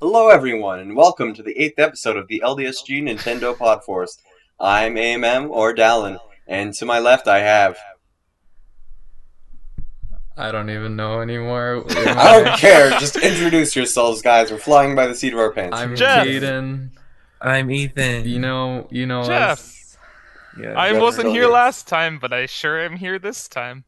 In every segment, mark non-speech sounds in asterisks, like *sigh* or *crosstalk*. Hello, everyone, and welcome to the eighth episode of the LDSG Nintendo Podforce. I'm AMM or Dallin, and to my left I have. I don't even *laughs* know anymore. I *laughs* don't care. Just introduce yourselves, guys. We're flying by the seat of our pants. I'm Jeff. Jaden. I'm Ethan. You know, you know Jeff. us. yeah, I Jeff wasn't here Bezos. last time, but I sure am here this time.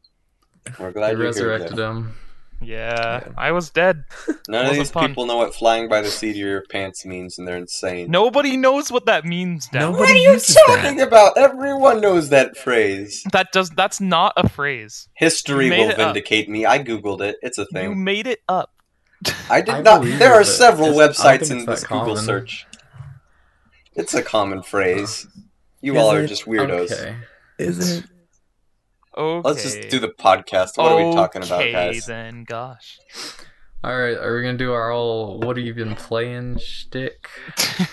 We're I glad you're here. resurrected Jeff. him. Yeah, I was dead. None of was a these pun. people know what flying by the seat of your pants means, and they're insane. Nobody knows what that means now. Nobody what are you uses that. talking about? Everyone knows that phrase. That does that's not a phrase. History You made will it up. vindicate me. I googled it. It's a You thing. made it up. I did I not. believe There are it. several It's- I don't websites think in it's that this Google common. search. It's a common phrase. You Is all are it? just weirdos. Okay. Is it? Okay. Let's just do the podcast. What are we talking about, Okay, guys? then, gosh. *laughs* All right. Are we gonna do our old "What have you been playing?" shtick?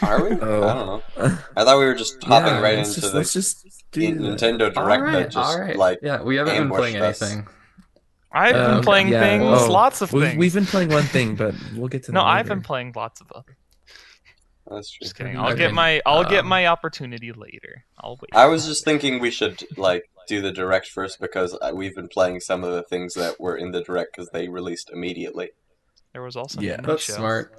Are *laughs* we? Oh. I don't know. I thought we were just hopping Yeah, right let's into just, the let's just do N- that. Nintendo All Direct right. that just All right. like yeah, we haven't been ambushed playing us. anything. I've Um, been okay, playing yeah, things, well, lots of We've, things. we've been playing one thing, but we'll get to that. no, I've later. been playing lots of other. that's true. Just kidding. Mhm. I'll Okay. get my I'll get Um, my opportunity later. I'll wait. I was just thinking we should like do the direct first because uh, we've been playing some of the things that were in the direct because they released immediately. There was also Yeah. an indie That's show. *laughs* smart.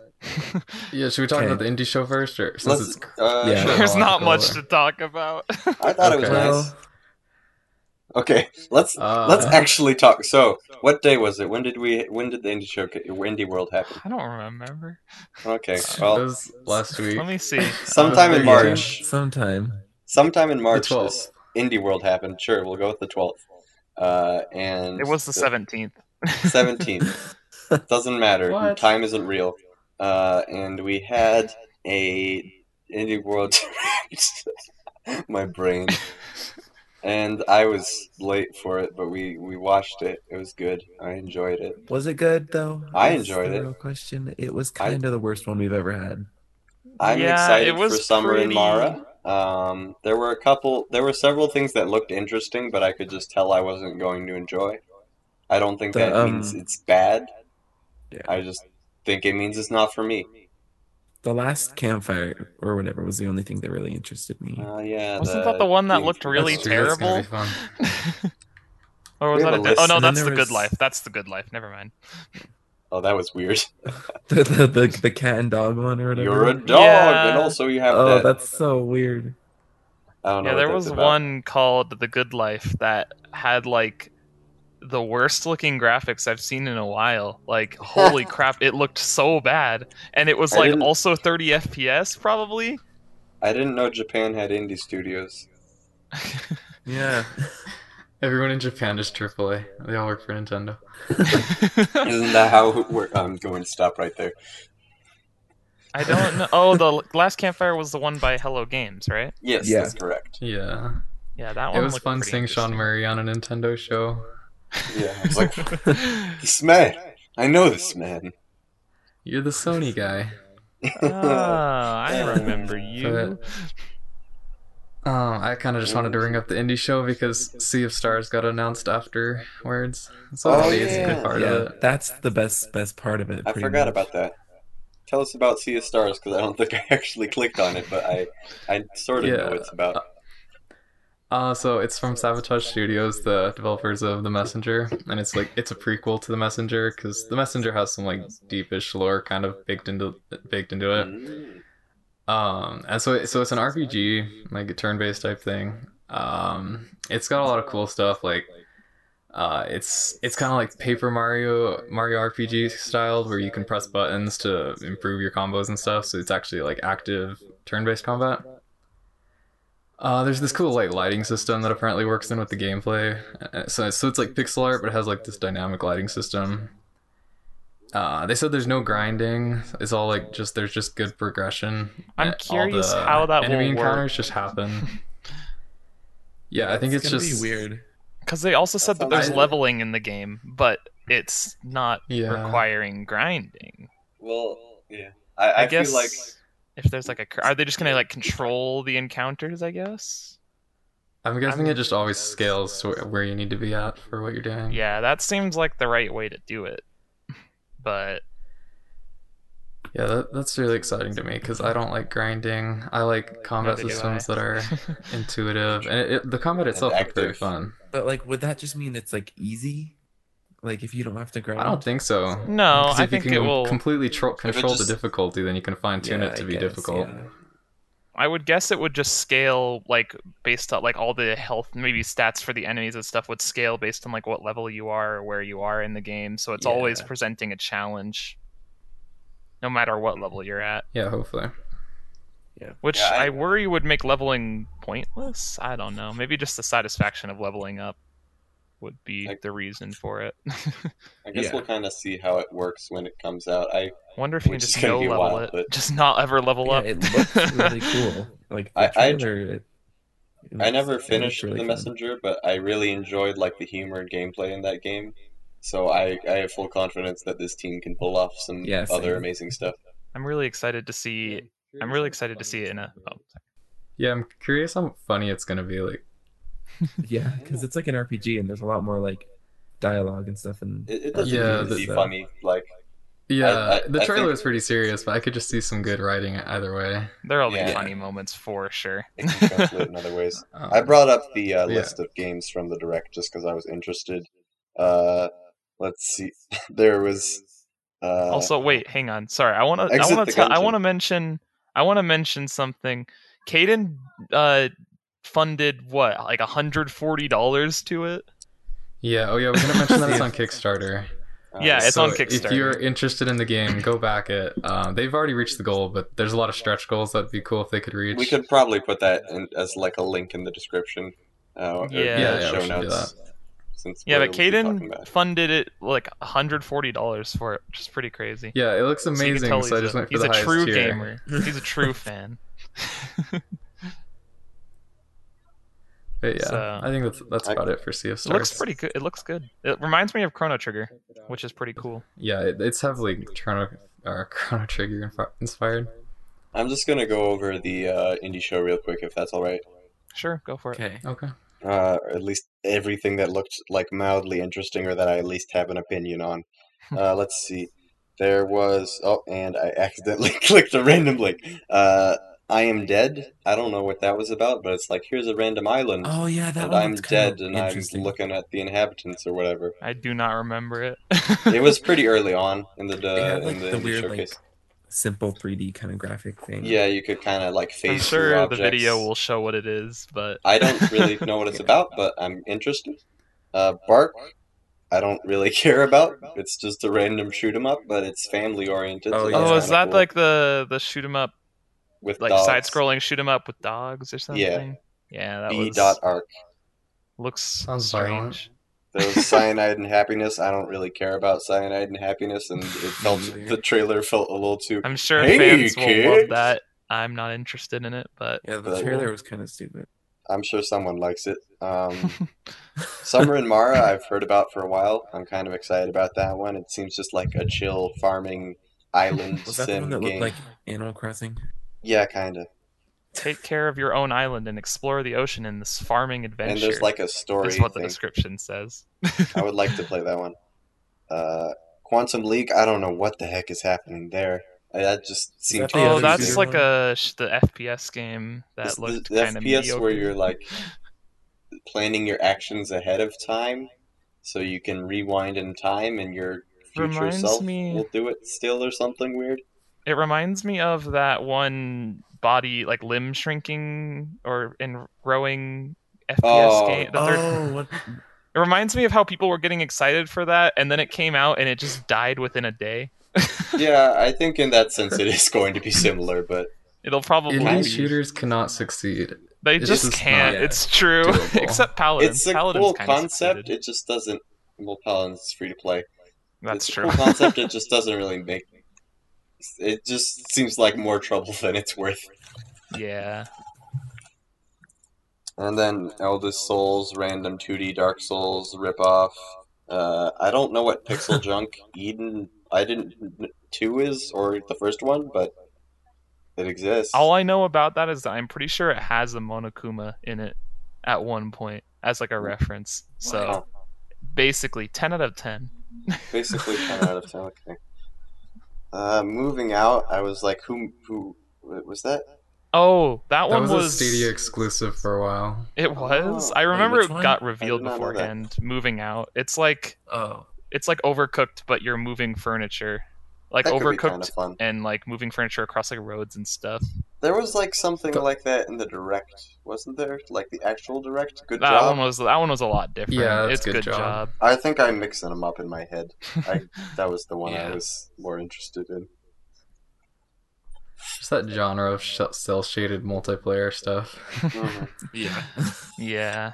Yeah. Should we talk Okay. about the indie show first, or since Let's- *laughs* it's uh, Yeah. sure. There's not much Cool. to talk about. *laughs* I thought it was Okay. nice. Well, Okay, let's uh, let's actually talk. So, what day was it? When did we? When did the indie show? Indie World happen? I don't remember. *laughs* Okay, it well, was last week. Let me see. sometime in Yeah. March. Sometime. Sometime in March, The 12th. this indie World happened. Sure, we'll go with the twelfth. Uh, and *laughs* It was the seventeenth. seventeenth. *laughs* Doesn't matter. What? Time isn't real. Uh, and we had a indie World. *laughs* Direct. My *laughs* brain. And I was late for it, but we we watched it. It was good. I enjoyed it. Was it good though? I That's enjoyed the it. Real question. It was kind of the worst one we've ever had. I'm Yeah, excited it was for Summer in pretty- Mara. Um, there were a couple, there were several things that looked interesting, but I could just tell I wasn't going to enjoy. I don't think The, that um, means it's bad. Yeah. I just think it means it's not for me. The last campfire or whatever was the only thing that really interested me. Oh yeah, Wasn't that the one that looked really That's true, that's gonna terrible? be fun. or was We have that? a A di- oh list, no, and then that's there the was- good life. That's the good life. Never mind. Oh, that was weird. *laughs* the, the, the the cat and dog one or *laughs* whatever. You're a dog, and Yeah. also you have Oh, that. that's so weird. I don't know. Yeah, what there that's was about. one called The Good Life that had like the worst looking graphics I've seen in a while. *laughs* Like, holy crap, it looked so bad. And it was I like didn't- also 30 *laughs* FPS probably. I didn't know Japan had indie studios. *laughs* Yeah. Everyone in Japan is AAA. They all work for Nintendo. Isn't that how it works? I'm going to stop right there. I don't know. Oh, the last campfire was the one by Hello Games, right? Yes, Yeah. that's correct. Yeah. Yeah, that It one was looked fun pretty seeing Sean interesting. Murray on a Nintendo show. Yeah, I was like, *laughs* this man. I know this man. You're the Sony guy. *laughs* Ah, *laughs* I remember you. But- Um, I kind of just wanted to bring up the indie show because Sea of Stars got announced afterwards. So Oh, that is a yeah. good part *laughs* yeah, of it. that's the best best part of it. I pretty forgot much. about that. Tell us about Sea of Stars because I don't think *laughs* I actually clicked on it, but I, I sort of know what Yeah. it's about. Uh, so it's from Sabotage Studios, the developers of The Messenger, and it's like it's a prequel to The Messenger because The Messenger has some like deepish lore kind of baked into baked into it. Mm. Um, and so so it's an RPG, like a turn-based type thing. Um, it's got a lot of cool stuff. Like, uh, it's it's kind of like Paper Mario Mario RPG style, where you can press buttons to improve your combos and stuff. So it's actually like active turn-based combat. Uh, there's this cool like lighting system that apparently works in with the gameplay. Uh, So so it's like pixel art, but it has like this dynamic lighting system. Uh, they said there's no grinding. It's all like just there's just good progression. I'm Uh, all curious the how that enemy will work. encounters just happen. *laughs* yeah, I think it's, gonna be just weird. Because they also said That that there's sounds- leveling in the game, but it's not Yeah. requiring grinding. Well, yeah. I, I, I, guess feel like if there's like a, cr- are they just gonna like control the encounters? I guess. I'm guessing I'm- it just always scales to where- where you need to be at for what you're doing. Yeah, that seems like the right way to do it. But Yeah, that, that's really exciting to me because I don't like grinding. I like combat Neither do systems I. that *laughs* are intuitive, and it, it- the combat And itself looks very active. fun. But like, would that just mean it's like easy? Like if you don't have to grind. I don't think so. No, *laughs* 'Cause I if think you it can will- completely tro- control just- the difficulty, then you can fine tune Yeah, it to I be guess, difficult. yeah. I would guess it would just scale like based on like all the health, maybe stats for the enemies and stuff would scale based on like what level you are or where you are in the game. So it's always Yeah. presenting a challenge, no matter what level you're at. Yeah, hopefully. Which Yeah, I- I worry would make leveling pointless. I don't know. Maybe just the satisfaction of leveling up would be I- the reason for it. *laughs* I guess Yeah. we'll kind of see how it works when it comes out. I Wonder if you can Which is just gonna no be level wild, it, but- just not ever level Yeah, up. it looks *laughs* really cool. Like the I- I- trailer, it, I it looks- it never looks finished really The fun. Messenger, but I really enjoyed like the humor and gameplay in that game. So I, I have full confidence that this team can pull off some Yeah, same. other amazing stuff. I'm really excited to see. I'm really excited to see it in a. Oh, Yeah, I'm curious how funny it's gonna be. Like, *laughs* Yeah, because it's like an RPG, and there's a lot more like dialogue and stuff. And It, it doesn't Yeah, uh, need to be the- funny. Like yeah, I- the I trailer think- is pretty serious, but I could just see some good writing either way. there'll be Yeah. funny moments for sure. it can *laughs* translate in other ways. Um, I brought up the uh, Yeah. list of games from the direct just because I was interested. Uh, let's see. *laughs* there was uh, also wait hang on sorry i want to i Exit want the to tell i country. want to mention i want to mention something Caden uh funded what like 140 dollars to it Yeah. Oh, yeah. We're gonna *laughs* mention that it's on Kickstarter. uh, yeah, it's So on If Kickstarter. you're interested in the game, go back it. Um, they've already reached the goal, but there's a lot of stretch goals that'd be cool if they could reach. we could probably put that in, as like a link in the description. Uh, or Yeah. in Yeah, the yeah, we show should do notes. Since yeah we're- but we'll be talking Caden about it. funded it like 140 dollars for it which is pretty crazy Yeah, it looks So you can amazing. tell So, I he's just a- went for he's the a highest true tier. *laughs* gamer he's a true fan But yeah, So- I think that's that's I- about it for Sea of it Stars. looks pretty good it looks good it reminds me of chrono trigger which is pretty cool Yeah, it, it's heavily Chrono or *laughs* Chrono Trigger inf- inspired. I'm just gonna go over the uh, indie show real quick, if that's all right. sure go for it okay, Okay. Uh, or at least everything that looked like mildly interesting, or that I at least have an opinion on. Hmm. Uh, let's see. There was oh, and I accidentally *laughs* clicked a random link. Uh, I am dead. I don't know what that was about, but it's like here's a random island, oh yeah, that and one I'm looks kinda dead, and I'm interesting. looking at the inhabitants or whatever. i do not remember it It was pretty early on in *laughs* the It had, uh, like, in the the indie weird, like, showcase. simple 3D kind of graphic thing. Yeah, you could kind of like i'm phase through sure the objects. video will show what it is but I don't *laughs* really know what it's about, but I'm interested. Uh, Bark, I don't really *laughs* care about. It's just a random shoot 'em up, but it's family oriented. Oh, so yeah. that's Oh, is kinda that cool. like the the shoot 'em up, with like dogs. side scrolling shoot 'em up with dogs or something? Yeah. Yeah, that B was, dot arc. looks Sounds violent. strange. There was cyanide and happiness. I don't really care about cyanide and happiness, and it felt the trailer felt a little too. I'm sure Hey, fans will love kids. that. I'm not interested in it, but yeah. The But- trailer was kind of stupid. I'm sure someone likes it. Um, Summer and Mara, I've heard about for a while. I'm kind of excited about that one. It seems just like a chill *laughs* farming island Was that the sim one that game. looked like Animal Crossing? Yeah, kind of. *laughs* take care of your own island and explore the ocean in this farming adventure. And there's like a story. is what the thing. description says. I would like to play that one. Uh, Quantum League, I don't know what the heck is happening there. Uh, That just seemed that the confusing. Oh, other that's computer like one? a sh- the FPS game It's that the- looked the kind of FPS mediocre. where you're like planning your actions ahead of time, so you can rewind in time, and your future Reminds self me- will do it still or something weird. It reminds me of that one body like limb shrinking or in rowing FPS Oh. game. The third *laughs* Oh, what? It reminds me of how people were getting excited for that, and then it came out and it just died within a day. Yeah, I think in that sense it is *laughs* going to be similar, but It'll probably Indie Maybe. shooters cannot succeed. they it's just just can't. not It's true, doable. *laughs* except Paladins. it's a Paladins cool kinda concept. succeeded. It just doesn't. Well, Paladin's free to play. That's it's true. A cool concept. It just doesn't really make. It just seems like more trouble than it's worth. *laughs* yeah, And then Eldest Souls, random 2D Dark Souls ripoff. Uh, I don't know *laughs* what Pixel Junk Eden I didn't two is or the first one, but it exists. all I know about that is that I'm pretty sure it has a Monokuma in it at one point as like a reference. So Wow. basically, ten out of ten. *laughs* basically ten out of ten. Okay. Uh, moving out, I was like, who, who was that? Oh, That that, one was, a Stadia exclusive for a while. It was. Oh, I wait, remember which it one? got revealed did not know that. beforehand. Moving out. It's like Oh, it's like overcooked, but you're moving furniture, like That could be kind overcooked of fun. and like moving furniture across like roads and stuff. There was like something The- like that in the direct, wasn't there? Like the actual direct. Good that job. one was that one was a lot different. Yeah, that's it's good good, job. job. I think I'm mixing them up in my head. I, that was the one Yeah. I was more interested in. Just that genre of sh- cell shaded multiplayer stuff. *laughs* yeah. Yeah.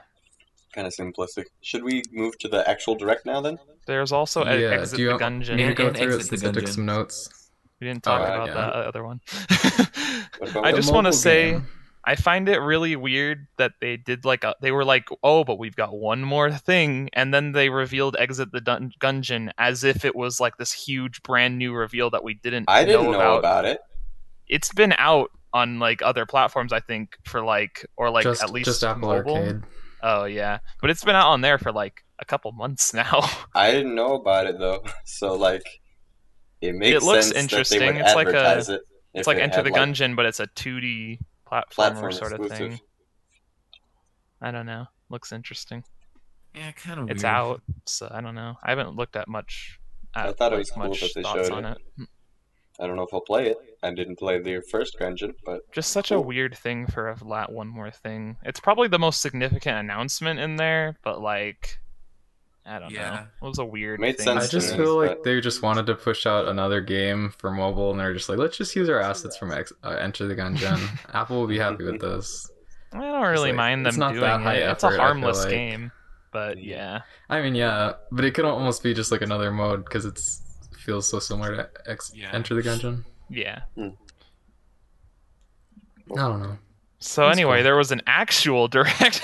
Kind of simplistic. Should we move to the actual direct now then? There's also e- Yeah, exit do you- the gungeon. Need to And- go and through it exit the since I took dungeon. some notes. We didn't talk Uh, about yeah. that other one. *laughs* What about I the just wanna mobile say- game. I find it really weird that they did like a, they were like, oh, but we've got one more thing, and then they revealed exit the dun- dungeon as if it was like this huge brand new reveal that we didn't. I didn't know, about. about. it. It's been out on like other platforms, I think, for like or like just, at least just Apple mobile. Arcade. Oh yeah, but it's been out on there for like a couple months *laughs* now. I didn't know about it though. *laughs* So like, it makes looks sense interesting. that they would It's like a- advertise it. if it's like it Enter had, the like, Gungeon, but it's a 2D platformer platform sort of exclusive. thing. I don't know. Looks interesting. *laughs* Yeah, kind of. it's out, so I don't know. I haven't looked at much. At, I thought it like, was cool much that they thoughts showed on it. it. I don't know if I'll play it. I didn't play the first Gungeon, but Just such a Cool. weird thing for a lat one more thing. It's probably the most significant announcement in there, but like, I don't know. Yeah. It was a weird. Made thing sense I That's just nice, feel like but- they just wanted to push out another game for mobile, and they're just like, let's just use our assets from X- uh, Enter the *laughs* Gungeon. Apple will be happy with this. I don't really like, mind them it's not doing that high it. it's effort, I a feel harmless like. game, but yeah, I mean, yeah, but it could almost be just like another mode because it's feels so similar to X- Yeah. Enter the Gungeon. yeah. I *sighs* don't know. So That's anyway, cool. there was an actual *laughs* direct,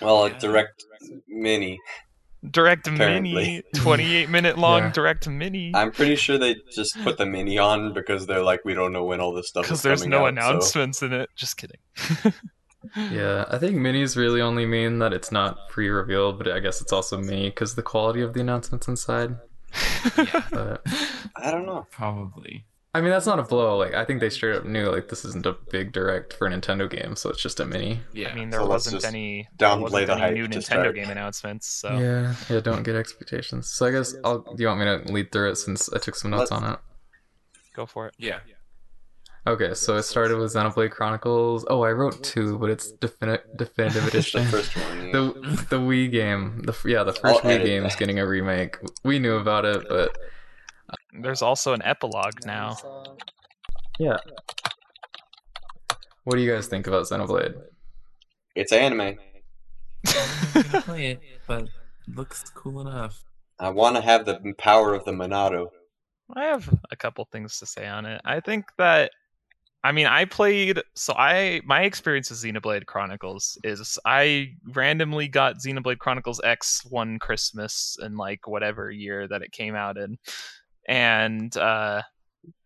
well, a Yeah. direct mini. direct mini, Apparently. twenty-eight minute long Yeah. direct mini. I'm pretty sure they just put the mini on because they're like, we don't know when all this stuff because is there's coming no out, so- announcements in it. Just kidding. *laughs* Yeah, I think minis really only mean that it's not pre-revealed, but I guess it's also mini because the quality of the announcements inside. Yeah. But I don't know. Probably. I mean, that's not a blow. Like, I think they straight up knew like this isn't a big direct for a Nintendo game, so it's just a mini. *laughs* Yeah. I mean, there So let's wasn't just any there downplay wasn't the any hype new to Nintendo start. game announcements, so Yeah, yeah. Don't get expectations. So I guess I'll. Do you want me to lead through it since I took some notes Let's- on it? go for it. yeah. Okay, so it started with Xenoblade Chronicles. Oh, I wrote two, but it's defini- definitive It's edition. the first one. yeah. *laughs* the the Wii game. The f- yeah, the 1st I'll Wii edit game is that. getting a remake. We knew about it, but There's also an epilogue now. what do you guys think about Xenoblade? It's anime. I'm gonna play it, but looks cool enough. I want to have the power of the Monado. I have a couple things to say on it. I think that I mean, I played so I my experience with Xenoblade Chronicles is I randomly got Xenoblade Chronicles X one Christmas in like whatever year that it came out in. And uh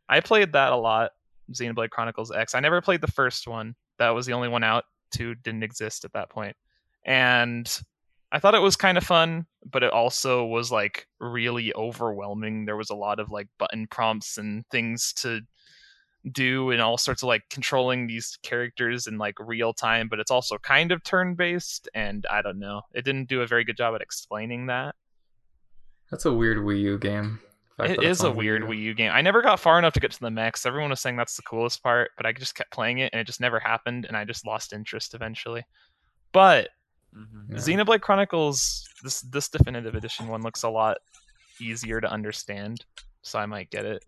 I played that a lot, Xenoblade Chronicles X. I never played the first one. That was the only one out. Two didn't exist at that point. And I thought it was kind of fun, but it also was like really overwhelming. There was a lot of like button prompts and things to do and all sorts of like controlling these characters in like real time, but it's also kind of turn based and I don't know. It didn't do a very good job at explaining that. That's a weird Wii U game. The fact It that it's is a on weird Wii U game. I never got far enough to get to the mechs. Everyone was saying that's the coolest part, but I just kept playing it and it just never happened and I just lost interest eventually. But Mm-hmm. Yeah. Xenoblade Chronicles this this definitive edition one looks a lot easier to understand, so I might get it.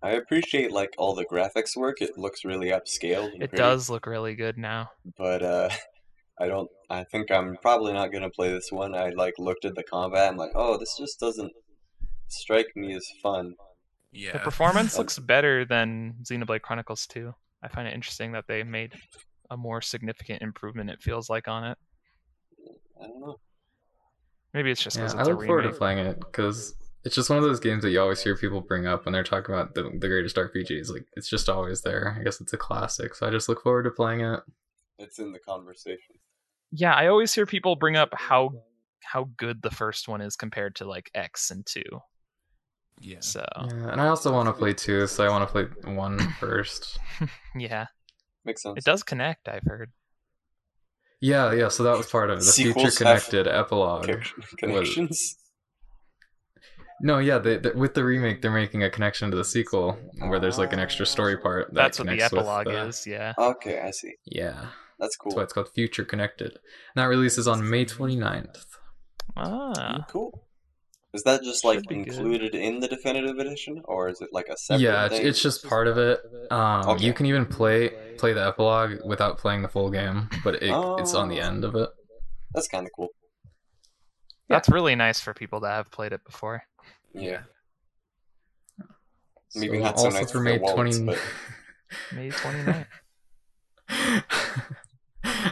I appreciate like all the graphics work. It looks really upscale. and It pretty, does look really good now. but uh, *laughs* I don't. I think I'm probably not gonna play this one. I like looked at the combat. I'm like, oh, this just doesn't strike me as fun. yeah. *laughs* The *laughs* performance looks better than Xenoblade Chronicles 2. I find it interesting that they made a more significant improvement it feels like on it. I don't know. Maybe it's just Yeah, because I it's a look forward to remake. playing it because it's just one of those games that you always hear people bring up when they're talking about the, the greatest RPGs. Like it's just always there. I guess it's a classic, so I just look forward to playing it. It's in the conversation. Yeah, I always hear people bring up how how good the first one is compared to like X and 2. Yeah. So Yeah, and I also want to play two, so I want to play *coughs* one first. yeah, Makes sense. it does connect. I've heard. Yeah, yeah. So that was part of it. the future Sequels have- connected epilogue. Connection- Connections. No, yeah, they, they- with the remake, they're making a connection to the sequel where there's like an extra story part. That That's what the connects with uh, epilogue the- is. Yeah. Okay, I see. Yeah, That's cool. that's why it's called Future Connected. And that releases on May 29th. Ah. Cool. Is that just Should like be good. included in the definitive edition, or is it like a separate yeah, it's, thing? it's just part of it. Um, Okay. You can even play play the epilogue without playing the full game, but it, it's on the Oh. end of it. That's kind of cool. That's really nice for people that have played it before. *laughs* Yeah. So Maybe not so also nice for for May wallets, 20... but- May 29th. *laughs*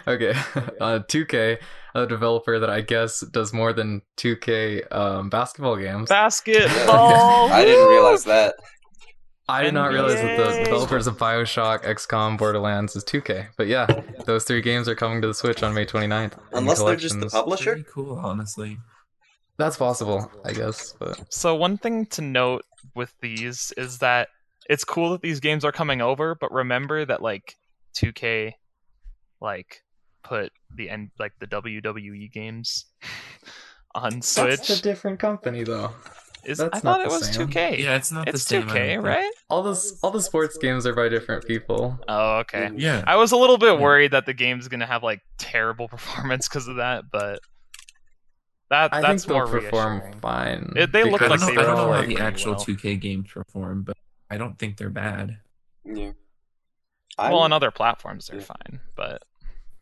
okay. *laughs* Uh, 2K, a developer that I guess does more than 2K um, basketball games. Basketball. *laughs* I didn't realize that. I did not realize that the NBA. developers of Bioshock, XCOM, Borderlands is 2K. *laughs* But yeah, those three games are coming to the Switch on May 29th. in Unless they're just the collections. publisher. Pretty cool, honestly. That's possible, I guess. But So one thing to note with these is that it's cool that these games are coming over, but remember that like 2K like put the end like the WWE games on Switch. That's a different company, though. Is, that's I not thought it the was same. 2K. Yeah, it's not the it's same. I 2K, don't think. right? All the all the sports games are by different people. Oh, okay. Mm-hmm. Yeah. I was a little b Yeah. bit worried that the game's gonna have like terrible *laughs* performance because of that, but that I that's think they'll more perform reassuring. fine. It- they look I because don't like they know, they're I don't all, know how like- the pretty actual well. 2K games perform, but I don't think they're bad. Yeah. I, Well, on other platforms they're Yeah. fine, but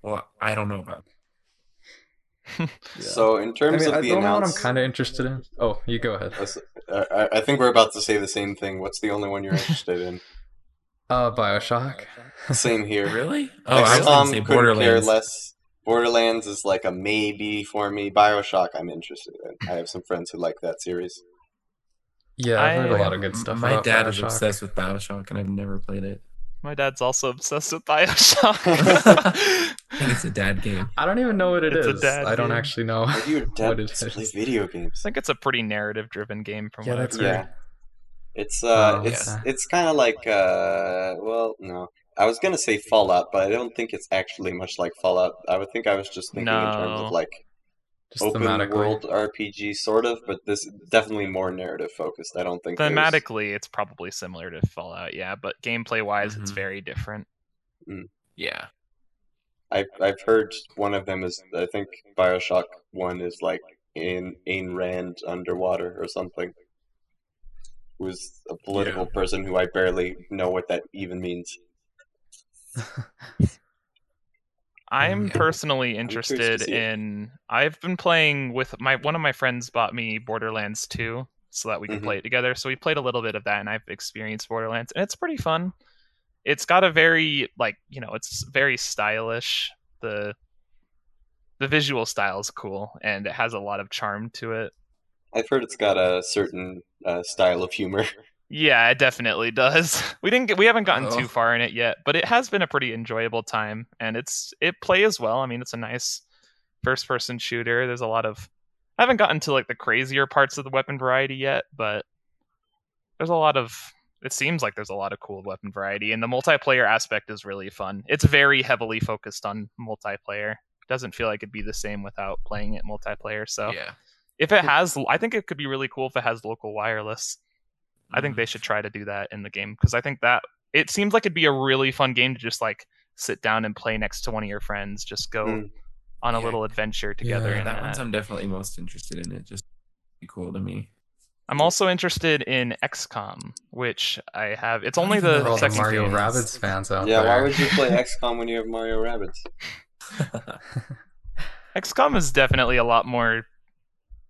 Well, I don't *laughs* know about. yeah. So in I terms mean, I- of the the only one I'm announcement, kind of interested in. Oh, you go ahead. I, I think we're about to say the same thing. What's the only one you're interested in? *laughs* *laughs* Uh, Bioshock. Same here. Really? Oh, I was gonna XCOM say Um, couldn't care Borderlands. less. Borderlands is like a maybe for me. Bioshock, I'm interested in. I have some friends who like that series. Yeah, I've heard I- a lot of good stuff. My about dad Bioshock. is obsessed with Bioshock, and I've never played it. my dad's also *laughs* obsessed *laughs* with Bioshock. I think it's a *laughs* dad game. I don't even know what it It's a is. dad I don't game. actually know. Maybe your What dad is just it? plays video games. I think it's a pretty narrative driven game *laughs* from Yeah, what that's I've Yeah. weird. It's uh, Oh, it's yeah. it's kind of like uh, well, no, I was gonna say Fallout, but I don't think it's actually much like Fallout. I would think I was just thinking in terms No. of like Just open thematically. world RPG, sort of, but this definitely more narrative focused. I don't think there's- Thematically, it's probably similar to Fallout, yeah, but gameplay wise, it's Mm-hmm. Mhm. very different. Yeah. I've I've heard one of them is I think Bioshock one is like in Ayn Rand underwater or something. Who's a political person who I barely know what that even means. I'm Yeah. personally Mm. curious to interested see it. in. I've been playing with my one of my friends bought me Borderlands 2 so that we could Mhm. play it together. So we played a little bit of that, and I've experienced Borderlands, and it's pretty fun. It's got a very like you know, it's very stylish. the The visual style is cool, and it has a lot of charm to it. I've heard it's got a certain uh, style of *laughs* humor. Yeah, it definitely does. *laughs* We didn't get, we haven't gotten Oh. too far in it yet, but it has been a pretty enjoyable time and it's it plays well. I mean, it's a nice first person shooter. There's a lot of I haven't gotten to like the crazier parts of the weapon variety yet, but there's a lot of it seems like there's a lot of cool weapon variety and the multiplayer aspect is really fun. It's very heavily focused on multiplayer. Doesn't feel like it'd be the same without playing it multiplayer. So Yeah. if it has I think it could be really cool if it has local wireless. I Mm. think they should try to do that in the game because I think that it seems like it'd be a really fun game to just like sit down and play next to one of your friends, just go Mm. on a Yeah. little adventure together. Yeah, in That that one's I'm definitely most interested in. It just be cool to me. I'm also interested in XCOM, which I have. It's I don't only even know the For all the second Mario game. Rabbids fans out Yeah, there. why would you *laughs* play XCOM when you have Mario Rabbits? XCOM is definitely a lot more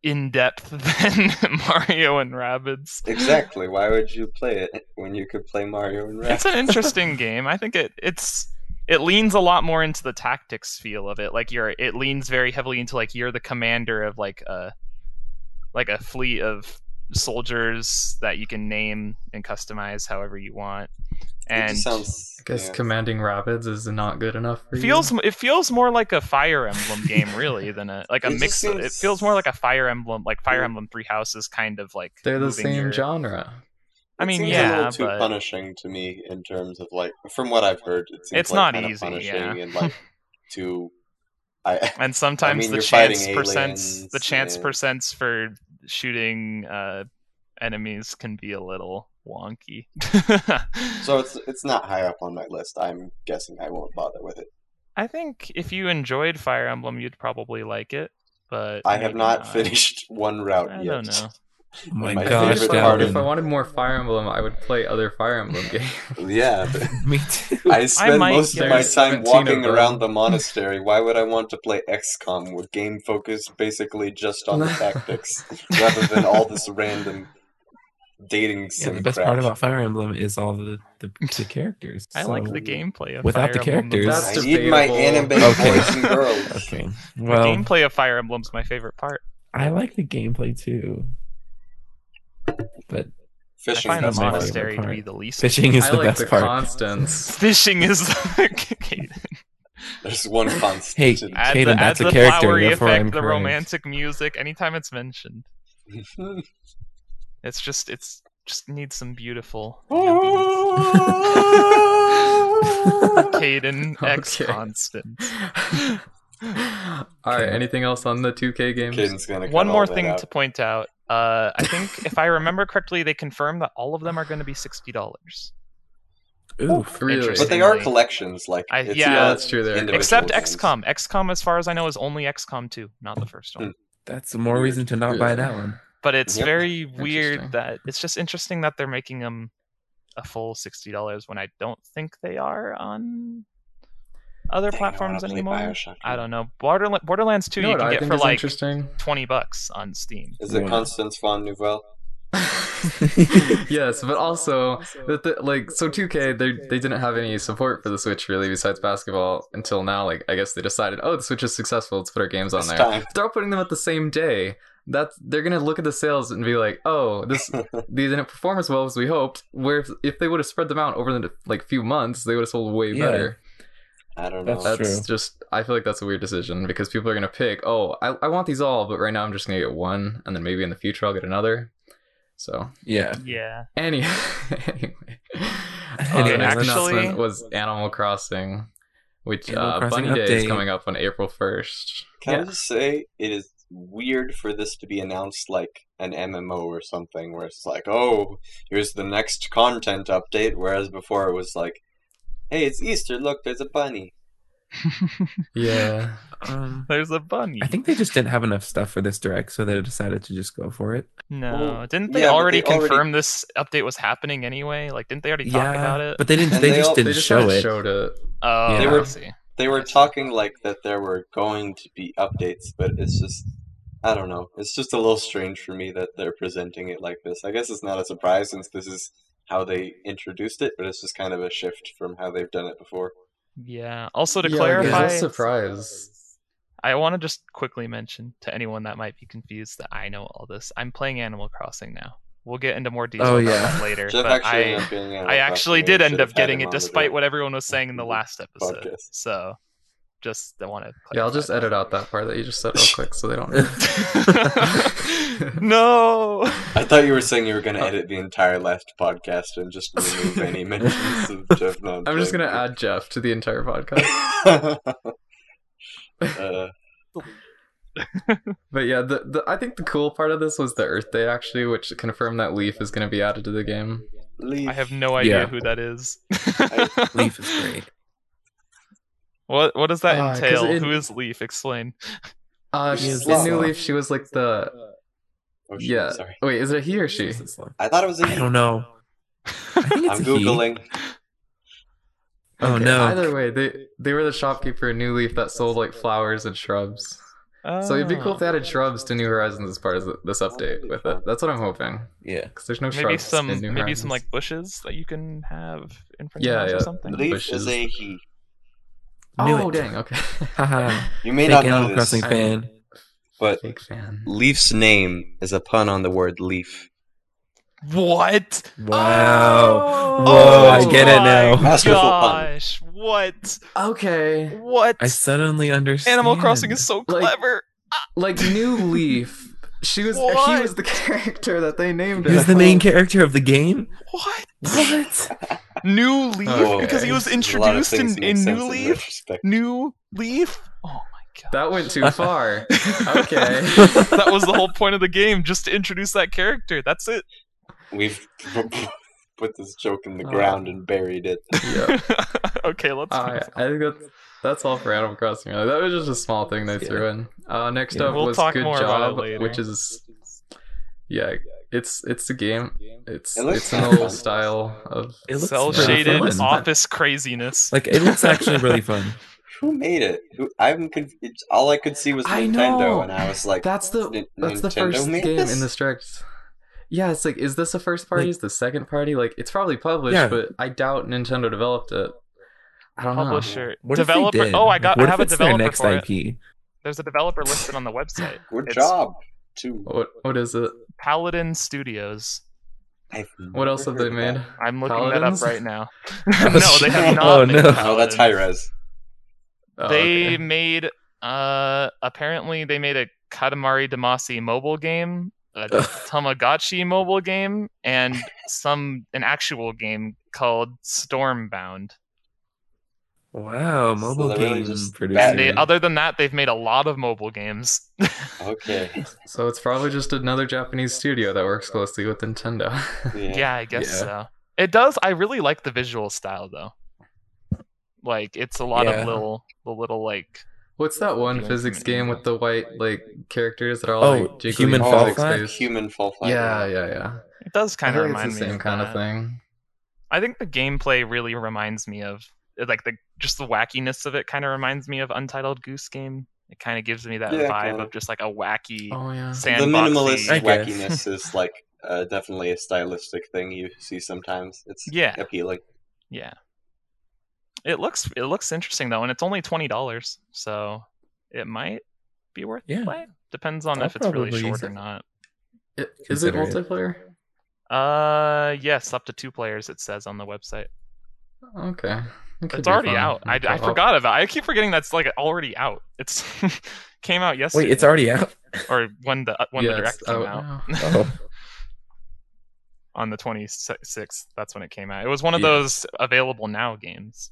in depth *laughs* than Mario and Rabbids. Exactly. Why would you play it when you could play Mario and it's Rabbits? an interesting *laughs* game. I think it it's it leans a lot more into the tactics feel of it. Like you're it leans very heavily into like you're the commander of like a like a fleet of soldiers that you can name and customize however you want. It and just sounds. I guess yeah. commanding rapids is not good enough for you. feels it feels more like a Fire Emblem game *laughs* really than a like a It just mix. of- It seems- feels more like a Fire Emblem, like Fire Yeah. Emblem Three Houses, kind of like They're the moving same your- genre. I It mean, seems a yeah, little too but punishing to me in terms of like, from what I've heard, it seems It's like not kinda easy, punishing yeah. and like too. I *laughs* and sometimes mean, the you're fighting chance percents the aliens chance and- percents for shooting uh, enemies can be a little wonky. *laughs* so it's it's not high up on my list. I'm guessing I won't bother with it. I think if you enjoyed Fire Emblem, you'd probably like it. But I have maybe not finished one route I yet. don't know. Oh my, My gosh, favorite part if I *laughs* Dalvin. wanted more Fire Emblem, I would play other Fire Emblem *laughs* games. Yeah, but Me too. *laughs* I spend might most get of my it. time Seventeen walking of them. around the monastery. Why would I want to play XCOM with game focus basically just *laughs* on the tactics rather than all this random dating Yeah, sim the best crap? part about Fire Emblem is all the the, the characters. I like so- the gameplay of Without the Fire Emblem characters. best. I That's need my debatable. anime Okay. boys and *laughs* girls. *laughs* Okay. The Well, gameplay of Fire Emblem's my favorite part. I like the gameplay too. I But Fishing find the that's is my favorite monastery to part. be the least. fishing is I the like best the *laughs* part. *laughs* constants. *laughs* Fishing is *laughs* There's one constant. Hey, *laughs* add Caden, the, add that's a the character, flowery therefore effect, I'm the correct. romantic music. Anytime it's mentioned, it's just it's just needs some beautiful. *laughs* Caden X Okay. constant. All right. Anything else on the 2K games? Caden's gonna cut One all more that thing out. to point out. Uh, I think if I remember correctly, they confirmed that all of them are going to be sixty dollars. Oof. Really? But they are Interestingly. collections, like I- it's yeah. Yeah, not that's true. There. individual Except games. XCOM. XCOM, as far as I know, is only XCOM 2, not the first one. That's more reason to not buy that one. But it's Hmm. Yep. very Interesting. weird that it's just interesting that they're making them a full sixty dollars when I don't think they are on other Dang, I wanna platforms play anymore. Bioshock I now. don't know. Borderla- Borderlands Two You know you what can I get think for is like *laughs* interesting? twenty bucks on Steam. Is it Yeah. Constance Von Nouvelle? *laughs* yes, but also that the, like so 2K they they didn't have any support for the Switch really besides basketball until now. Like I guess they decided, oh, the Switch is successful. Let's put our games on It's there. time. They're all putting them at the same day. That's they're gonna look at the sales and be like, oh, this they didn't perform as well as we hoped. Where if, if they would have spread them out over the like few months, they would have sold way Yeah. better. *laughs* I don't know. That's That's true. just I feel like that's a weird decision because people are gonna pick, oh, I, I want these all, but right now I'm just gonna get one, and then maybe in the future I'll get another. So Yeah. Yeah. any *laughs* anyway, uh, Anyway, the next let's- announcement Actually- was Animal Crossing, which Animal uh, Crossing Bunny Day is update. coming up on April first. Can I just say it is weird for this to be announced like an MMO or something, where it's like, oh, here's the next content update, whereas before it was like, hey, it's Easter, look, there's a bunny. Yeah, Um, *laughs* There's a bunny. I think they just didn't have enough stuff for this direct, so they decided to just go for it. no. Well, didn't they yeah, but already they already- confirm this update was happening anyway? Like didn't they already talk about it? but they didn't. And They, they just all- they didn't just show kinda it. showed it. Oh, Yeah. They I were- see. They were I see. talking like that there were going to be updates, but it's just, I don't know. It's just a little strange for me that they're presenting it like this. I guess it's not a surprise since this is how they introduced it, but it's just kind of a shift from how they've done it before. Yeah. Also to Yeah, like, clarify, it's a surprise. I want to just quickly mention to anyone that might be confused that I know all this. I'm playing Animal Crossing now. We'll get into more detail Oh, about yeah. that later. Jeff but actually ended I, up being on I a actually podcast. did We end should up have had getting him it on the despite show. what everyone was saying in the last episode. Podcast. So just I want to Yeah, I'll just edit out that part that you just said real quick, so they don't. *laughs* no. I thought you were saying you were going to edit the entire last podcast and just remove any mentions of Jeff. Not I'm just gonna add Jeff to the entire podcast. *laughs* add. uh, But yeah, the, the I think the cool part of this was the Earth Day actually, which confirmed that Leaf is going to be added to the game. leave. I have no idea Yeah. who that is. *laughs* Leaf is great. what what does that Ah, 'cause entail? it- Who is Leaf? Explain. Uh, She is she, in New Leaf. Leaf, she was like the Oh, shit, yeah. Sorry. Wait, is it he or she? I thought it was a I he. don't know. I think it's I'm a he. Googling. Oh Okay, no. Either way, they they were the shopkeeper in New Leaf that sold like flowers and shrubs. So it'd be cool if they added shrubs to New Horizons as part of th- this update with it. That's what I'm hoping. Yeah. Because there's no shrubs Oh. maybe in New some maybe Horizons. some like bushes that you can have in front Yeah, of your house yeah. or something. Leaf bushes. is a he. Knew oh it. dang, okay. Haha. You may Fake not Animal know this, Crossing I- *laughs* *laughs* fan. but Fake fan. Leaf's name is a pun on the word leaf. What? Wow. Oh, Whoa, I get it my now. Masterful pun. Gosh, what? Okay. What? I suddenly understand. Animal Crossing is so Like- clever. Like New Leaf. She was What? she was the *laughs* character that they named He's her. the main character of the game. What? *laughs* What? New Leaf Oh, because he was There's a lot of introduced things in, that make in sense New Leaf. retrospect. New Leaf. Oh my god. *laughs* That went too far. *laughs* Okay. that was the whole point of the game, just to introduce that character. That's it. We've *laughs* put this joke in the Oh. ground and buried it. yeah. *laughs* okay, let's. All right. I think that's that's all for Animal Crossing. really. That was just a small thing they Yeah. threw in. Uh, next Yeah. up We'll was talk Good more about it Job, later. which is yeah, it's it's the game. It's It looks it's an kinda old fun. style of It looks Cell pretty shaded fun. office craziness. Like it looks actually really fun. Who made it? Who? I'm confused. All I could see was I Nintendo, know. and I was like, that's the Nin- that's the Nintendo first made game this? in the stretch. Yeah, it's like is this a first party? Like- is the second party? Like it's probably published, Yeah. but I doubt Nintendo developed it. I don't know. Publisher, *laughs* uh, What if they developer. did? Oh, I got. What I have if a it's their developer next for it. IP? There's a developer listed on the website. *laughs* Good It's job. Too. What what is it? Paladin Studios. I've What else have never they heard made? of I'm looking Paladins? that up right *laughs* now. *laughs* no, they have not. Oh, made no. *laughs* that. Oh, that's Paladins. high res. Oh, They okay. made. Uh, apparently they made a Katamari Damacy mobile game, *laughs* a Tamagotchi mobile game, and some an actual game called Stormbound. Wow, mobile they're really game just producer. bad- They, Yeah. other than that, they've made a lot of mobile games. *laughs* Okay. So it's probably just another Japanese studio that works closely with Nintendo. *laughs* Yeah. *laughs* Yeah, I guess Yeah. so. It does. I really like the visual style though. Like it's a lot Yeah. of little, the little like What's that one Human physics Fall game with the white like characters that are all Oh, like jiggly Human and Fall physics Flat? based? Human Fall Flat. Yeah, yeah, yeah. it does I kind of think it's remind the me same of kind that. of thing. I think the gameplay really reminds me of like the just the wackiness of it. Kind of reminds me of Untitled Goose Game. It kind of gives me that Yeah, vibe kinda. of just like a wacky Oh yeah. The minimalist I sandboxy. guess. wackiness is like uh, definitely a stylistic thing you see sometimes. It's Yeah. appealing. Yeah. It looks it looks interesting though, and it's only twenty dollars, so it might be worth the Yeah. play. Depends on I'll if it's really probably use short or it. not. I- Is it Consider it. multiplayer? Uh, yes, up to two players. It says on the website. Okay. It could It's be already fun. out. I, I Oh, forgot about. I keep forgetting that's like already out. It's *laughs* came out yesterday. Wait, it's already out. or when the uh, when yeah, the it's direct came out now. Uh-huh. Oh. on the twenty sixth. That's when it came out. It was one of Yeah. those available now games.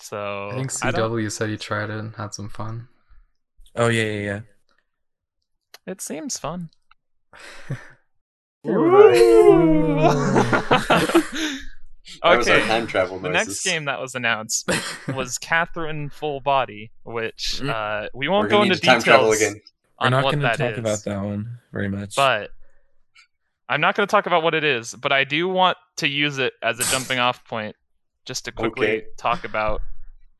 So I think don't- CW said you tried it and had some *laughs* fun. Oh yeah, yeah, yeah. it seems fun. *laughs* That was our okay. time travel The noises. next game that was announced was Catherine Full Body, which Mm. uh, we Mm-hmm. We're won't go gonna need into to time details travel again. We're on not what going to that talk is, about that one very much. But I'm not going to talk about what it is, but I do want to use it as a jumping off point just to quickly Okay. talk about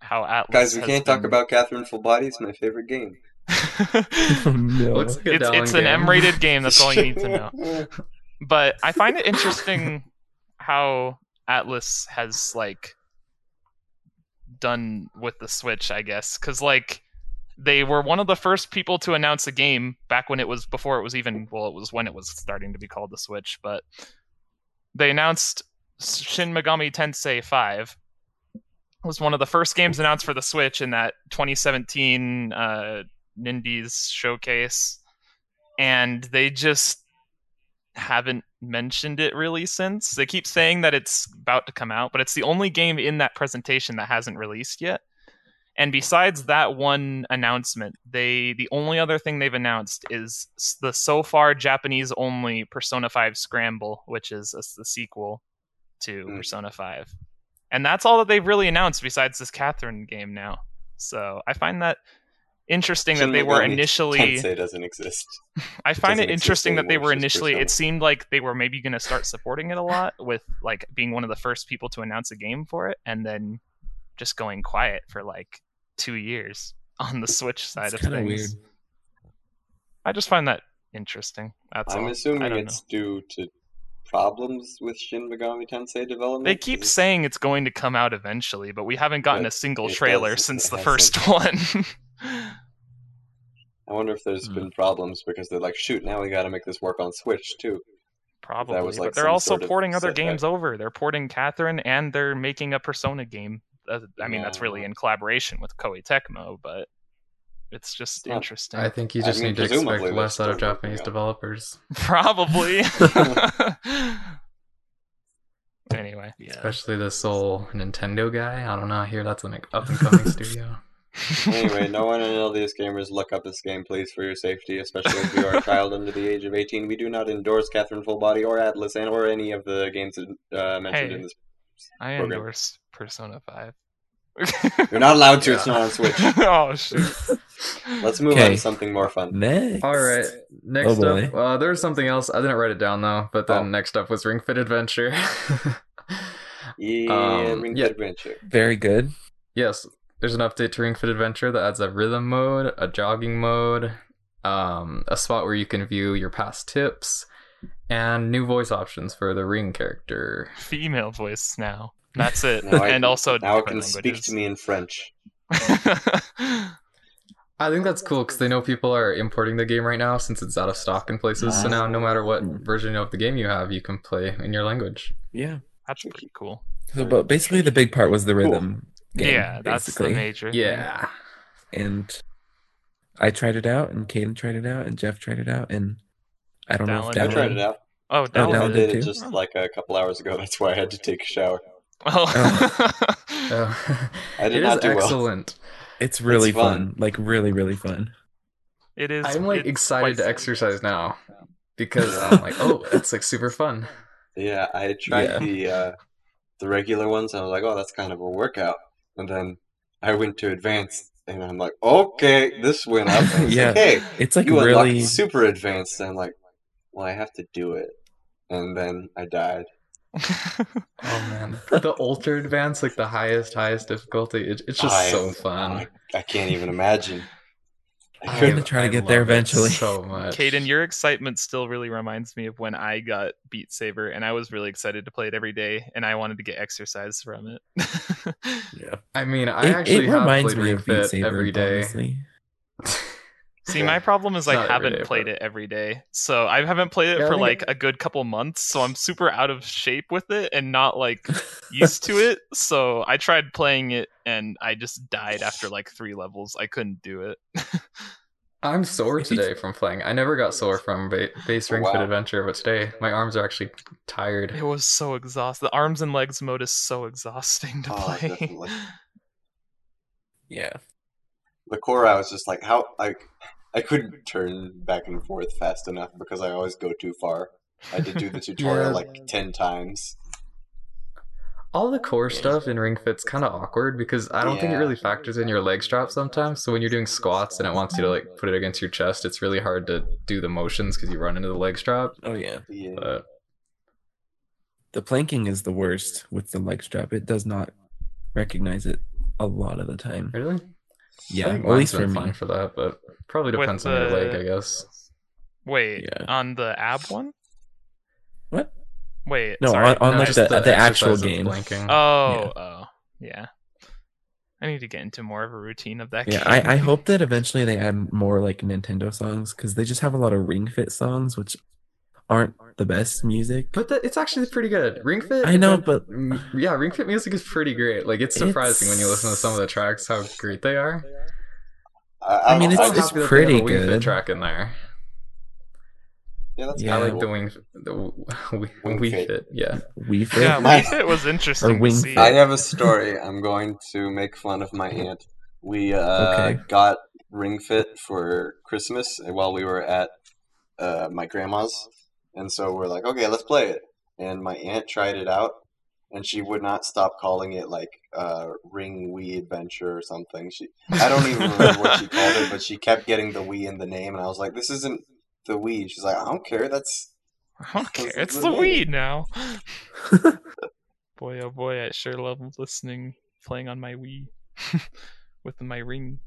how Atlas Guys, we has can't talk been- *laughs* about Catherine Full Body. It's my favorite game. *laughs* Oh, it's no. Looks like a down *laughs* it's an game. M-rated game, that's all you *laughs* need to know. know. but I find it interesting how Atlas has like done with the Switch, I guess, because like they were one of the first people to announce a game back when it was before it was even well, it was when it was starting to be called the Switch, but they announced Shin Megami Tensei 5 was one of the first games announced for the Switch in that 2017 uh, Nindies showcase, and they just haven't mentioned it really since. They keep saying that it's about to come out, but it's the only game in that presentation that hasn't released yet. And besides that one announcement, they the only other thing they've announced is s- the so far Japanese only Persona 5 Scramble, which is a s- the sequel to Mm. Persona 5. And that's all that they've really announced besides this Catherine game now. So, I find that interesting that Shin they were Megami initially Tensei doesn't exist. I find doesn't it interesting exist that they anymore, were it's just initially. Persona. It seemed like they were maybe going to start supporting it a lot with like being one of the first people to announce a game for it, and then just going quiet for like two years on the Switch side It's of kinda things. weird. I just find that interesting. That's I'm all. I assuming don't it's due to problems with Shin Megami Tensei development. They keep Is- saying it's going to come out eventually, but we haven't gotten But a single it trailer doesn't. since It the hasn't. first *laughs* one. I wonder if there's Hmm. Hmm. been problems because they're like, shoot, now we got to make this work on Switch too. Probably, was, like, but they're some also sort of porting other setback. games over. They're porting Catherine, and they're making a Persona game. Uh, I mean, that's really Yeah. in collaboration with Koei Tecmo, but it's just Yeah. *laughs* interesting. I think you I just mean, need to expect presumably less they're out of still working Japanese on it. developers, *laughs* *laughs* Probably. anyway, yeah. *laughs* especially the sole Nintendo guy. I don't know. I hear that's an up and *laughs* coming studio. Anyway, no one in all these gamers look up this game, please, for your safety, especially if *laughs* you are a child under the age of 18. We do not endorse Catherine Fullbody or Atlas and or any of the games uh, mentioned Hey. in this. I program. endorse Persona Five. You're not allowed to, it's Yeah. not on Switch. *laughs* oh shoot. Let's move on Okay. to something more Um, fun. Next. All right. Next Oh, up, boy. uh, there was something else. I didn't write it down though. But then Oh. next up was Ring Fit Adventure. *laughs* Yeah, Um, Ring Fit yeah. *laughs* Adventure. Very good. yes, there's an update to Ring Fit Adventure that adds a rhythm mode, a jogging mode, um, a spot where you can view your past tips, and new voice options for the Ring character. Female voice now. That's it. Now I and can- also Now it different can speak to me in French. languages. I think that's cool because they know people are importing the game right now since it's out of stock in places. So now, no matter what version of the game you have, you can play in your language. Yeah. *laughs* That's pretty cool. So, but basically, the big part was the rhythm. game, yeah, that's the basically. major. Mm-hmm. thing. Yeah. And I tried it out, and Caden tried it out, and Jeff tried it out, and I don't know if Dallin. I Yeah. tried it out. Oh, Oh, I Dallin did downloaded. did it too? just like a couple hours ago. *laughs* That's why I had to take a shower. Oh. Uh-huh. *laughs* Oh. I did it not is do well. excellent. It's really It's fun. fun. Like really, really fun. *laughs* it is. I'm like it's excited quite to exercise now because I'm like, oh, it's like super fun. Yeah, I had tried Yeah. the uh, the regular ones. And I was like, oh, that's kind of a workout. And then I went to advanced, and I'm like, okay, this went *laughs* up. And I was *laughs* Yeah. like, hey, *laughs* It's like you unlocked really. super advanced. And I'm like, well, I have to do it. And then I died. fun. Oh man, the ultra advanced, like the highest, highest difficulty. It, it's just I- so I, fun. I can't even imagine. I I'm couldn't. gonna try to I get there love it eventually. So much, Caden, your excitement still really reminds me of when I got Beat Saber, and I was really excited to play it every day, and I wanted to get exercise from it. *laughs* Yeah. I mean, I It- it, actually have reminds played me Ring of Beat Fit Saber every day. honestly. See, my problem is I Not every haven't day, played but- it every day, so I haven't played it Yeah, I for think like it- a good couple months. So I'm super out of shape with it and not like used to it. So I tried playing it and I just died after like three levels. I couldn't do it. *laughs* *laughs* I'm sore If you- today from playing. I never got sore from ba- base Ring Fit Wow. Adventure, but today my arms are actually tired. it was so exhausting. The arms and legs mode is so exhausting to Oh, play. definitely. Yeah. the core I was just like how I I couldn't turn back and forth fast enough because I always go too far. I did *laughs* do the tutorial Yeah. like ten times. All the core stuff in Ring Fit's kind of awkward because I don't think it Yeah. really factors in your leg strap sometimes. So when you're doing squats and it wants you to like put it against your chest, it's really hard to do the motions because you run into the leg strap. Oh yeah. Yeah. But The planking is the worst with the leg strap. It does not recognize it a lot of the time. really, Yeah, I think at least mine's been for me. fine for that. But probably With depends on your leg, the- I guess. Wait, Yeah. on the ab one? What? Wait. No, sorry. on, on No, like just the, the, exercise actual of game. blanking. Oh, oh, yeah. I need to get into more of a routine of that *laughs* Yeah, game. I, I hope that eventually they add more like Nintendo songs because they just have a lot of Ring Fit songs, which aren't the best music. But the, it's actually pretty good. Ring Fit. I know, but Mm, yeah, Ring Fit music is pretty great. Like it's surprising when you listen to some of the tracks how great they are. I, I mean, don't- it's- I'm I- it's- happy that they have pretty a Wing Fit good. track in there. yeah, that's Yeah. I kinda like the cool. wing, the wing, Wing wing Fit. fit. Yeah. Wii Fit. yeah, *laughs* My- Wii Fit was interesting to Wing see. Fit. I have a story. I'm going to make fun of my aunt. We uh, Okay. got Ring Fit for Christmas while we were at uh, my grandma's, and so we're like, okay, let's play it. And my aunt tried it out, and she would not stop calling it like uh, Ring Wii Adventure or something. She I don't even remember what she called it, but she kept getting the Wii in the name, and I was like, this isn't the Wii. She's like, I don't care. That's *laughs* I don't care. This is It's the the name. Wii *laughs* now. boy, oh boy, I sure love listening, playing on my Wii *laughs* with my ring,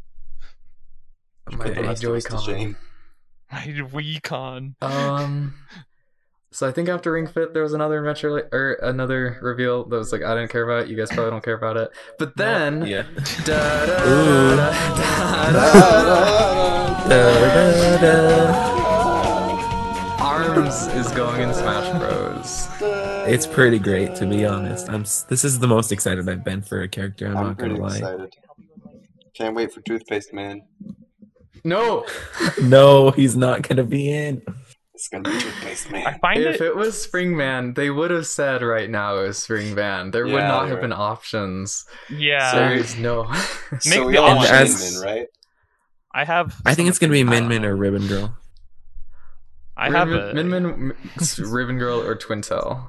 My put the rest of us to Joy-Con. shame. my Wii Con. Um. So I think after Ring Fit, there was another adventure li- or another reveal that was like I didn't care about. it. You guys probably don't care about it. But then. Yeah. Da, da, Ooh. da, *laughs* da, *laughs* da, da. Da, da, da. Arms Worms is going in Smash Bros. It's pretty great to be honest. I'm s- this is the most excited I've been for a character. I'm, I'm not gonna pretty lie. excited. Can't wait for Toothpaste Man. No, *laughs* No, he's not gonna be in. It's gonna be Toothpaste I Man. find if it. it was Spring Man, they would have said right now it was Spring Man. There would Yeah, not you're have been options. Yeah, There is no. *laughs* so Make we the all option. want As- Min Min, right? I have. I think it's gonna be some- Min Min or Ribbon Girl. I have Ribbon- a, Min Min, Ribbon Girl, or Twintel.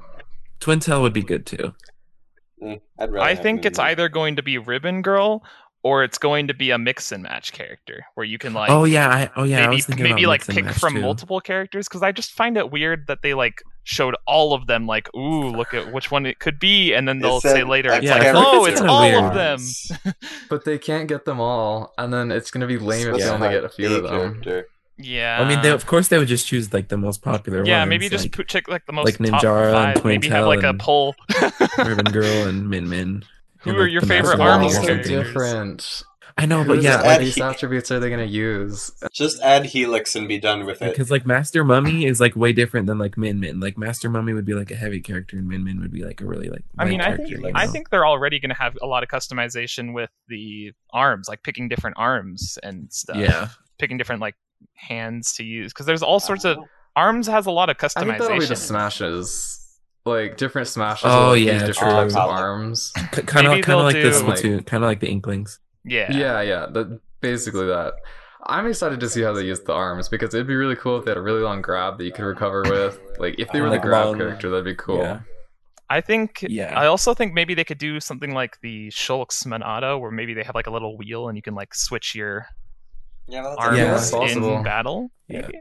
Twintel would be good too. Mm, I'd rather I have think Min it's Min. either going to be Ribbon Girl or it's going to be a mix and match character where you can like oh yeah, I, oh yeah. I was maybe thinking maybe about like mix and pick match, from too. multiple characters because I just find it weird that they like showed all of them like ooh look at which one it could be and then It they'll said- say later it's Yeah, like I feel like oh it's it's kinda all weird. of them But they can't get them all, and then it's gonna be lame if they Specify only get a few of a them. character. yeah I mean, they, of course they would just choose like the most popular. Ah. yeah ones, maybe just like put check like the most like top Ninjara and five, maybe have Twintel like a and- poll *laughs* Ribbon Girl and Min Min. Who and, are like, your the favorite Master army All Ball so characters? character. different. I know, Who but the yeah, add like, these attributes are they gonna use? Just add Helix and be done with Uh, it. because like Master Mummy is like way different than like Min Min. Like Master Mummy would be like a heavy character, and Min Min would be like a really like. I light mean, I character, think you I know? think they're already going to have a lot of customization with the arms, like picking different arms and stuff. Yeah, picking different like hands to use because there's all sorts Oh. of arms has a lot of I think that'll be customization. the smashes. Like different smashes. Oh, will use yeah, different true. types of Probably. arms. kind of Maybe kind of like they'll this do, one like- too. Kind of like the Inklings. yeah. Yeah, yeah, that, basically that. I'm excited to see how they use the arms because it'd be really cool if they had a really long grab that you could recover with. Like if they were Like the grab long- character, that'd be cool. Yeah. I think. Yeah, I also think maybe they could do something like the Shulk's Monado, where maybe they have like a little wheel and you can like switch your Yeah, that's arms Yeah, that's possible. in battle. Yeah. Maybe.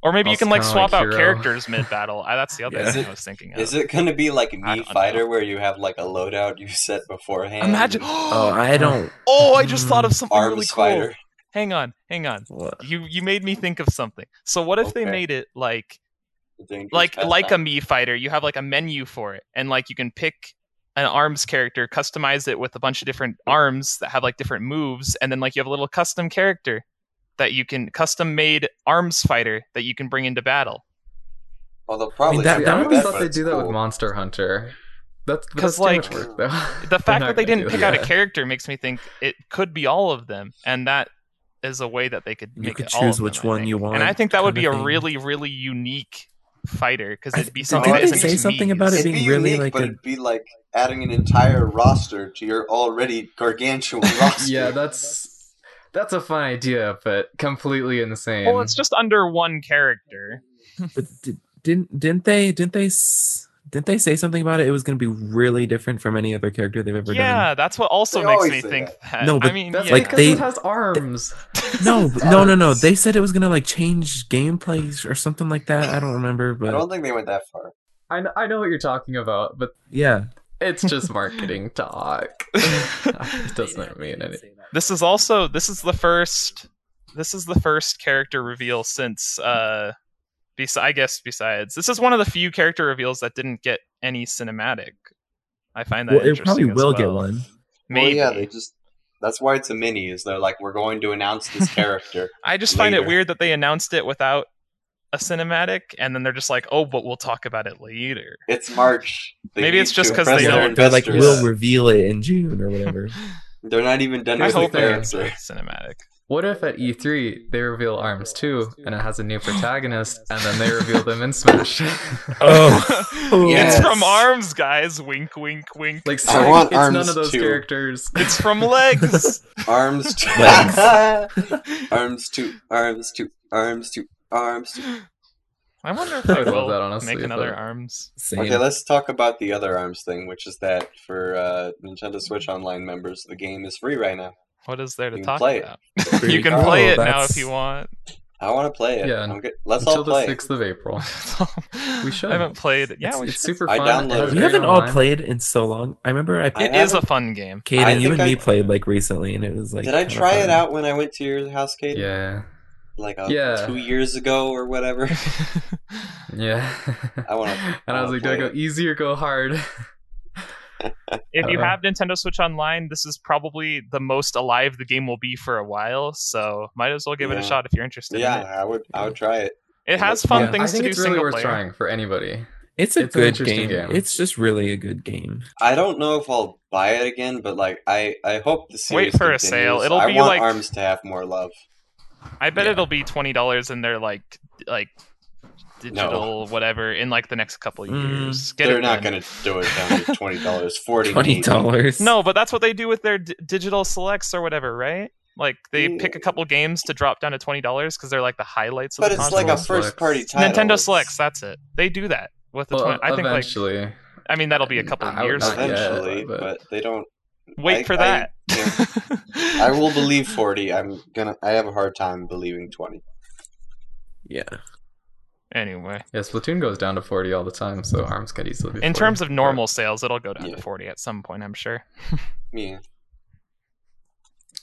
Or maybe you Also can like kinda swap like out Hero. characters mid battle. That's the other Yeah. thing Is I it- was thinking of. Is it gonna be like I me don't know. Fighter where you have like a loadout you set beforehand? Imagine. *gasps* and Oh, I don't. oh, I just thought of something Arms really cool. Fighter. Hang on, hang on. What? You you made me think of something. So what if they Okay. made it like Dangerous *laughs* *laughs* like like a pastime. Mii fighter you have like a menu for it and like you can pick an arms character customize it with a bunch of different arms that have like different moves and then like you have a little custom character that you can custom made arms fighter that you can bring into battle Well, they'll I probably mean, that- do that I but would be always that's thought they'd what's do that with cool. Monster Hunter. That's 'Cause, because like, like work, though. *laughs* the fact that they didn't pick out a character. character makes me think it could be all of them and that is a way that they could You make could it all of choose them, which I one think. you and i want think that would be kinda a thing. really really unique fighter because I it'd be th- something didn't that they isn't say just something Mii's. about it It'd being be really unique, like but a- it'd be like adding an entire roster to your already *laughs* gargantuan roster. Yeah, that's that's a fun idea, but completely insane. well it's just under one character But did, didn't didn't they didn't they s- didn't they say something about it? It was going to be really different from any other character they've ever Yeah, that's what also They makes always me say think that. No, I but mean, that's yeah. like because they- it has arms. done. No, but- no, no, no. They said it was going to like change gameplays or something like that. I don't remember, I but don't think they went that far. I know, I know what you're talking about, but yeah. it's just marketing talk. *laughs* it *laughs* doesn't mean anything. this is also this is the first this is the first character reveal since uh bes- I guess besides this is one of the few character reveals that didn't get any cinematic. I find that Well, it interesting probably as will get well. one. Maybe. Well, yeah, they just. That's why it's a mini. Is they're like, we're going to announce this *laughs* character. I just find it later. weird that they announced it without a cinematic and then they're just like, "Oh, but we'll talk about it later." It's March. They Maybe need it's just to 'cause they impress their don't- They're like investors. we'll reveal it in June or *laughs* whatever. They're not even done I I with the hope hope they there's character. answer cinematic. What if at E3 they reveal Arms 2 and it has a new protagonist and then they reveal them in Smash? *laughs* *laughs* oh, Yes. *laughs* It's from arms, guys. Wink, wink, wink. like, I Sonic, want it's none Arms of those 2. characters. It's from legs. *laughs* Arms two. Legs. *laughs* arms two. Arms two. Arms two. Arms two. I wonder if I *laughs* I would love will that, honestly, make another but- arms. Same. Okay, let's talk about the other arms thing, which is that for uh, Nintendo Switch Online members, the game is free right now. What is there to You can talk play it. *laughs* about? Pretty You can cool. play it now That's- if you want. *laughs* I want to play it. Yeah, I'm good. Let's all Until the play. 6th of *laughs* April. We should. I haven't played. it. Yeah, it's, we it's should. super I fun. downloaded It has it. We great haven't all *laughs* online. played in so long. I remember I I It is a haven't- fun game. *laughs* I Kaden, you think and I- me played like recently, and it was like. Did I kinda try it fun. out when I went to your house, Kate? Yeah. Like uh, Yeah. two years ago or *laughs* whatever. *laughs* Yeah. I wanna- *laughs* And I I wanna was like, do I play go it. easy or go hard? if you Uh-oh. Uh-huh. have Nintendo Switch Online, this is probably the most alive the game will be for a while. So might as well give it Yeah. a shot if you're interested. yeah, in it. I would. I would try it. It has fun Yeah. things I think to it's do really single worth player. trying for anybody. It's a It's an good interesting game. game. It's just really a good game. I don't know if I'll buy it again, but like I, I hope the series Wait for a continues. sale. It'll I be want like- Arms to have more love. I bet Yeah. it'll be twenty dollars in their like d- like digital whatever in like the next couple of Mm, years. Get They're it not then. going to do it down *laughs* to twenty *laughs* dollars, forty. Twenty dollars. No, but that's what they do with their d- digital selects or whatever, right? Like they pick a couple games to drop down to twenty dollars because they're like the highlights of But the it's console. like a Console first party selects. title. Nintendo It's- selects. That's it. They do that with the. Well, 20, I think like eventually. I mean that'll be a couple I of would years. not yet, eventually, but- but... they don't. Wait I- for I- that. *laughs* I will believe forty. I'm gonna. I have a hard time believing twenty. Yeah. Anyway, Yeah, Splatoon goes down to 40 all the time, so arms could easily be in 40, terms of but- normal sales, it'll go down Yeah. to forty at some point. I'm sure. Yeah.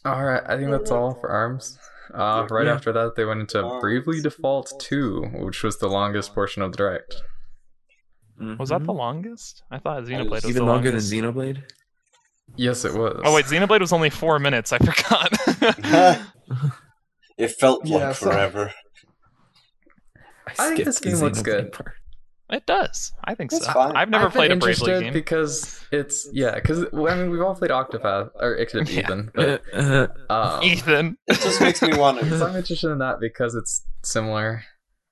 All right, I think that's all for arms. Uh, right Yeah. after that, they went into Arms. Bravely Default 2, which was the Uh, longest portion of the direct. Was that Mhm. the Mm-hmm. longest? I thought Xenoblade was Even the even longer longest. than Xenoblade? Yes, it was. Oh wait, Xenoblade was only four minutes. I forgot. *laughs* It felt Yeah, like so- forever. I think skipped this the game looks Xenoblade good. part. it does. I think That's so. fine. I've never I've been played a Bravely interested game. because it's yeah, because well, I mean we've all played Octopath or except Yeah. Ethan, Uh, *laughs* but uh, *laughs* um, Ethan. *laughs* Oh. It just *laughs* makes me want *laughs* to. so I'm interested in that because it's similar.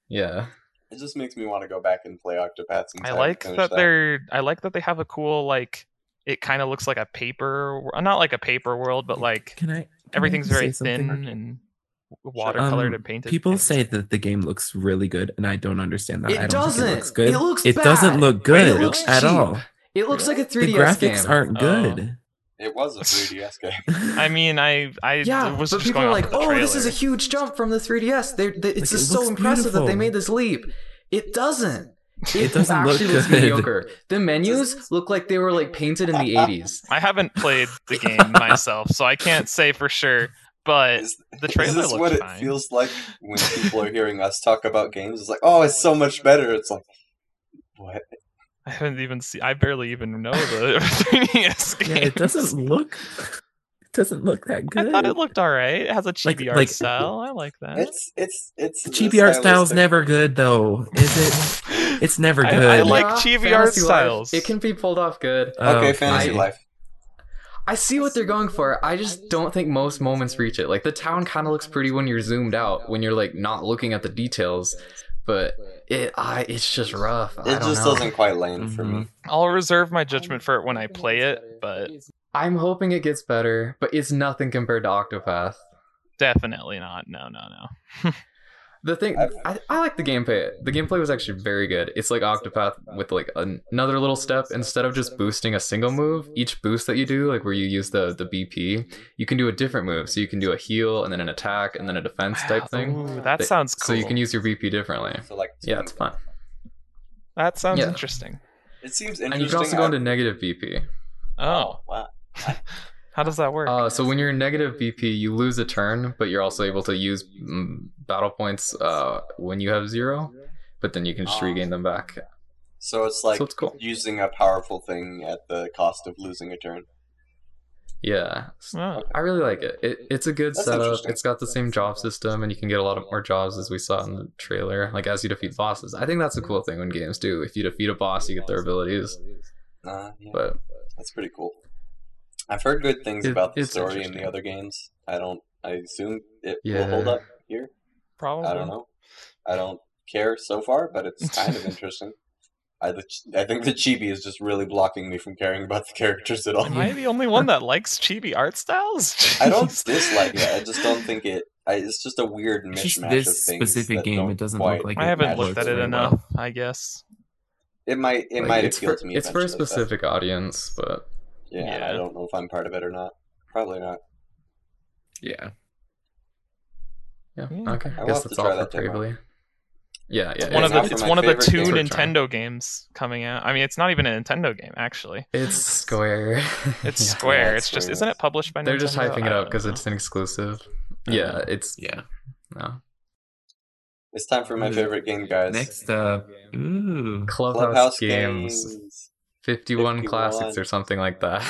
Yeah, It just makes me want to go back and play Octopath. since I haven't like finished that they're. I like that they have a cool like. It kind of looks like a paper, wor- not like a paper world, but like can I? can I everything's say very something? Um, thin and watercolored and painted. People It's- say that the game looks really good, and I don't understand that. It I don't Think doesn't. it looks good. It looks doesn't bad. look It good looks at cheap. all. It looks like a 3DS The graphics game. aren't Oh. good. It was a *laughs* 3DS game. *laughs* I mean, I I yeah, was but just people going are off like, of the "Oh, this is *laughs* a trailer. huge jump from the 3DS." They're, they, it's Like, just it so looks impressive that they beautiful. made this leap. *laughs* It doesn't. It, doesn't look actually looks good. mediocre. The menus look like they were like painted in *laughs* the 80s. I haven't played *laughs* the game myself, so I can't say for sure. But Is- the trailer Is this looked what it fine. feels like when people are hearing us talk about games? It's like, oh, it's so much better. It's like, what? I haven't even seen. I barely even know the *laughs* 3DS yeah, game. *laughs* it doesn't look. It doesn't look that good. I thought it looked all right. It has a Like- chibi art like- style. I like that. It's it's it's The the chibi art style's stylistic- never good, though. Is it? It's never I- good. I like Yeah, chibi Fantasy art Life, styles. It can be pulled off good. Oh, Okay, fantasy I- life. I see what they're going for. I I just don't think most moments reach it. Like the town kind of looks pretty when you're zoomed out, when you're like not looking at the details, but it I it's just rough. I It don't just know. doesn't quite land for me. *laughs* I'll reserve my judgment for it when I play it, but I'm hoping it gets better, but it's nothing compared to Octopath. definitely not. No, no, no. The thing I've- I, I like the gameplay. The gameplay was actually very good. It's like Octopath with like an- another little step instead of just boosting a single move. Each boost that you do, like where you use the the BP, you can do a different move. So you can do a heal and then an attack and then a defense type thing. Ooh, that They- sounds cool. So you can use your BP differently. So like, Yeah, it's fun. that sounds yeah. interesting. it seems And interesting. you can also go I- into negative Uh, BP. Oh, wow. *laughs* how does that work? Uh, so when you're in negative BP, you lose a turn, but you're also able to use mm, battle points uh, when you have zero. But then you can just regain them back. So it's like so it's cool. using a powerful thing at the cost of losing a turn. Yeah, Oh, I really like it. it it's a good That's setup. interesting. It's got the same job system, and you can get a lot of more jobs as we saw in the trailer. Like as you defeat bosses, I think that's a Mm-hmm. cool thing when games do. If you defeat a boss, you get their abilities. Uh, yeah, But that's pretty cool. I've heard good things It- about the it's story in the interesting. other games. I don't. I assume it Yeah. Uh-huh. will hold up here. probably. I don't know. I don't care so far, but *laughs* it's kind of interesting. I, the, I think the chibi is just really blocking me from caring about the characters at all. Am I the only one that likes chibi art styles? I *laughs* don't Jeez. dislike it. I just don't think it. I, it's just a weird mishmash Just of this things. specific that game, don't it doesn't quite look like I haven't match looked at very it well. enough. I guess. It might. It like, might it's appeal for to me. it's for a eventually, but specific audience. But Yeah, Yeah. I don't know if I'm part of it or not. Probably not. yeah. yeah, Yeah. okay. I'll I have guess to that's try all for that demo. bravely. Yeah, yeah. It's one of it's the not it's my one of the favorite two game. Nintendo games coming out. I mean, it's not even a Nintendo game actually. It's Square. *laughs* It's Yeah. Square. Yeah, it's just Square. isn't it published by They're Nintendo? just hyping I it up don't because know. it's an exclusive. Uh, Yeah, it's Yeah. no. It's time for my Mm. favorite game, guys. Next up, ooh, Clubhouse, Clubhouse games, games. 51, 51. classics or something like that.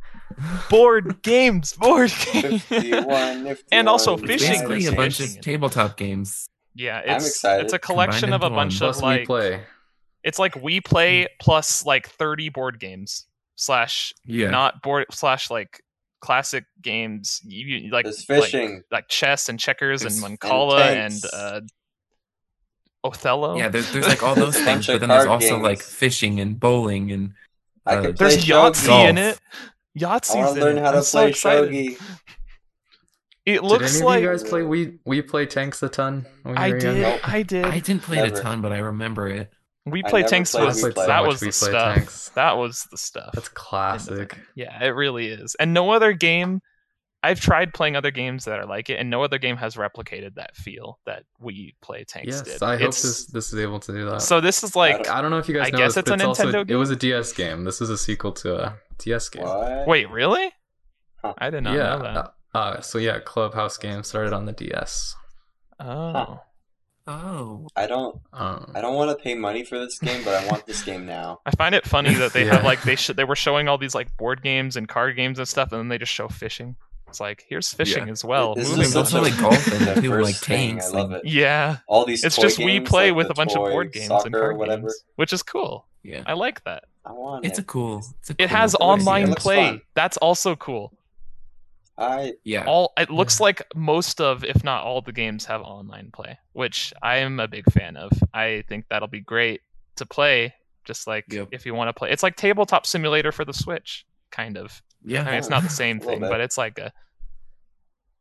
*laughs* board games, board games, *laughs* 51, And also 51, fishing basically a bunch games. of tabletop games. Yeah, I'm it's excited. it's a collection Combined of a into bunch one. Plus, of like we play. it's like we play plus like 30 board games slash Yeah. not board slash like classic games you, you- like There's like- fishing. like, chess and checkers and There's- and mancala and, tanks. uh othello yeah, there's, there's *laughs* like all those Bunch things, of but then there's card also games. like fishing and bowling and I uh, could play there's Yahtzee shogi. in Golf. it. Yahtzee's I want in to learn it. how to I'm so play excited. shogi. It Did looks any like of you guys play we we play tanks a ton? When you I were did, Young? Nope. I did. I didn't play it Never. a ton, but I remember it. we I played never tanks. played I That We played Play. so that much was we the play stuff. tanks. That was the stuff. That's classic. Yeah, it really is. And no other game I've tried playing other games that are like it, and no other game has replicated that feel that we play tanks Yes, did. I hope It's- this uh, this is able to do that. So this is like I don't know if you guys I know guess this, it's but a also, Nintendo It was a DS game. This is a sequel to a DS game. What? wait, really? Huh. I did not yeah. know that. Uh, uh, so yeah, Clubhouse game started on the DS. Oh. Oh, I don't. Um, I don't want to pay money for this game, but I want this game now. I find it funny that they have Yeah. like they sh- they were showing all these like board games and card games and stuff, and then they just show fishing. It's like here's fishing as well. This is Moving there's such on. also a- like golf in the *laughs* it too, first like thing, tanks. I love like- it. yeah, All these. it's toy just we games, play like with the a bunch toy, of board games and soccer, card whatever. games, which is cool. Yeah, I like that. I want it's a it. cool. It's a cool It has little looks- it online looks game. play. fun. That's also cool. I Yeah, all it looks like most of if not all the games have online play which i am a big fan of i think that'll be great to play just like Yep. if you want to play it's like tabletop simulator for the switch kind of i mean yeah. it's not *laughs* the same A little thing bit. but it's like a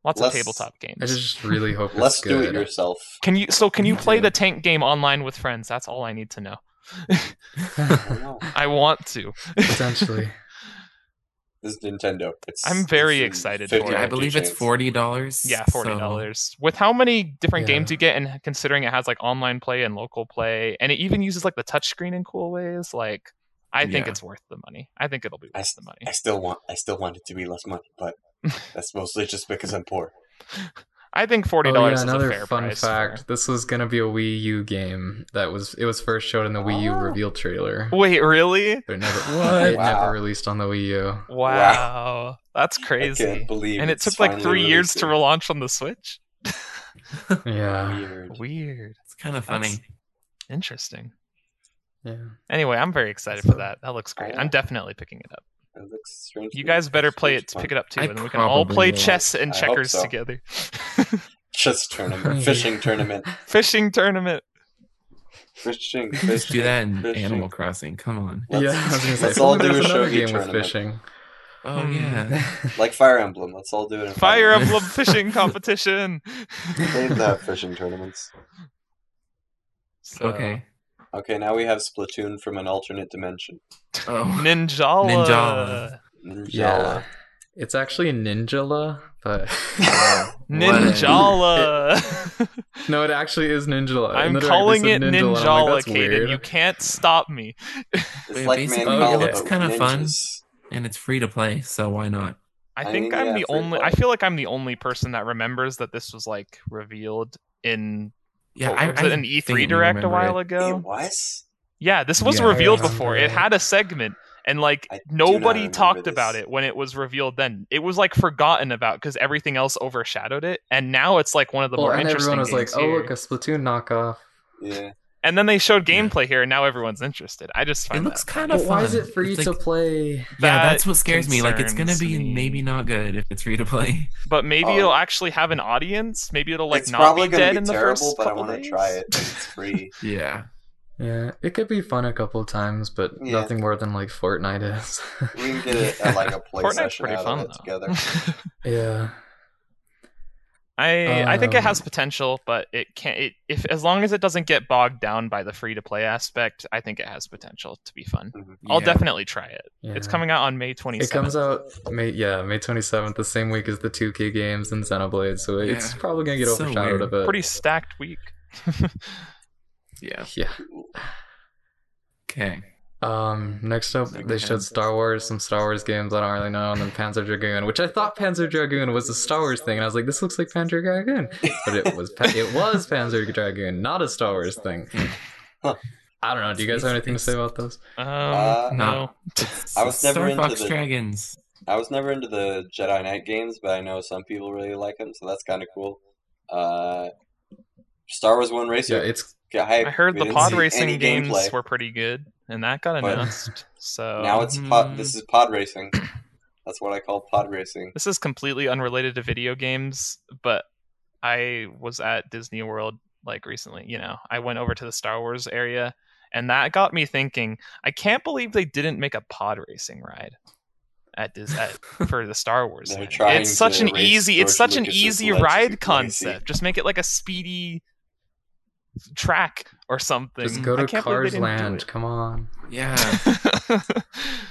lots Let's- of tabletop games I just really hope it's let's do good. it yourself. can you so can you Me play too. the tank game online with friends that's all i need to know I don't know. i want to Potentially. This is Nintendo. It's, I'm very it's in excited 50 for it. Yeah, I believe it's chance. forty dollars. yeah forty dollars with how many different Yeah. games you get and considering it has like online play and local play and it even uses like the touchscreen in cool ways like i think Yeah. it's worth the money i think it'll be I worth s- the I money still want. I still want it to be less money, *laughs* but that's mostly just because I'm poor. i think forty Oh dollars yeah, is a another fair fun price fact. This was gonna be a Wii U game that was it was first showed in the Wii U Oh. reveal trailer. for- wait really They're never What? *laughs* it Wow. never released on the Wii U. wow, Wow. that's I can't crazy believe. and it it's took like finally three years released to it. relaunch on the switch Yeah. Weird. weird It's kind of funny. *laughs* That's- interesting Yeah. anyway i'm very excited for that that looks great i'm definitely picking it up It looks strange. you guys better play it pick it up too I and then we can all probably play will. chess and I hope checkers so. together *laughs* Chess *laughs* tournament, fishing tournament, fishing tournament fishing. You can *laughs* just do fishing. that in fishing. Animal Crossing. Come on. Let's, yeah, I was gonna say, let's all there do a was another shogi game tournament, with fishing. Oh Hmm. yeah. *laughs* like Fire Emblem. Let's all do it. In Fire Emblem. Emblem fishing competition. They *laughs* have fishing tournaments. *laughs* So, *laughs* Okay. Okay, now we have Splatoon from an alternate dimension. Oh. Ninjala. Ninjala. Ninjala. yeah. It's actually Ninjala, *laughs* but Ninjala. no, it actually is Ninjala. In I'm the director calling said it Ninjala, and I'm Ninjala, like, "That's Kaden. weird." You can't stop me. It's Wait, like basically, Mancala, it but looks with kinda fun. ninjas. and it's free to play, so why not? I I think mean, I'm yeah, the free to only. play. I feel like I'm the only person that remembers that this was like revealed in Yeah, what I, Oh, was I it an vaguely E3 direct a remember while It it. ago. was. Yeah, this was Yeah, I revealed remember before. It that. had a segment, and like I do not nobody remember talked about this. it when it was revealed. Then it was like forgotten about because everything else overshadowed it, and now it's like one of the well, more and interesting. everyone was like, games "Oh, here." look, a Splatoon knockoff." Yeah. And then they showed Yeah. gameplay here, and now everyone's interested. I just find It looks that. kind of But fun. why is it free It's to like- play? That Yeah, that's what scares me. Like it's gonna concerns be me. maybe not good if it's free to play. *laughs* But maybe Oh. it'll actually have an audience. Maybe it'll like it's not probably be gonna dead be in the terrible, first but I couple want to days. try *laughs* it. and It's free. Yeah. Yeah, it could be fun a couple times, but Yeah. nothing more than like Fortnite is. *laughs* We can get a, a, *laughs* like a play Fortnite's session pretty out fun of it together. though. *laughs* yeah. I *laughs* I think it has Um, potential, but it can't. It, if as long as it doesn't get bogged down by the free to play aspect, I think it has potential to be fun. I'll Yeah. definitely try it. It's yeah. coming out on May twenty It seventh. comes out May yeah May twenty seventh, the same week as the two K games and Xenoblade, so it's Yeah. probably gonna get It's so overshadowed weird. a bit. Pretty stacked week. Yeah. yeah. Okay. Um, next up, Like they showed Panzer- Star Wars, some Star Wars games I don't really know, and then Panzer Dragoon, which I thought Panzer Dragoon was a Star Wars thing, and I was like, this looks like Panzer Dragoon, but it was pa- it was Panzer Dragoon, not a Star Wars thing. Huh. I don't know. Do you guys have anything to say about those? Um, Uh, no. *laughs* no. I was never Star into Fox the- Dragons. I was never into the Jedi Knight games, but I know some people really like them, so that's kind of cool. Uh, Star Wars One Yeah, Racer it's got hype. I heard We the didn't pod see any racing games gameplay. were pretty good, and that got But- announced. so now it's hmm, pod. This is pod racing. That's what I call pod racing. this is completely unrelated to video games, but I was at Disney World like recently. You know, I went over to the Star Wars area, and that got me thinking. I can't believe they didn't make a pod racing ride at Dis- at, for the Star Wars. They're thing. trying it's such to an erase easy. It's George such an Lucas's easy legacy. ride concept. Just make it like a speedy track or something. just go I to can't Cars believe they didn't do Land. Come on. *laughs* Yeah. it.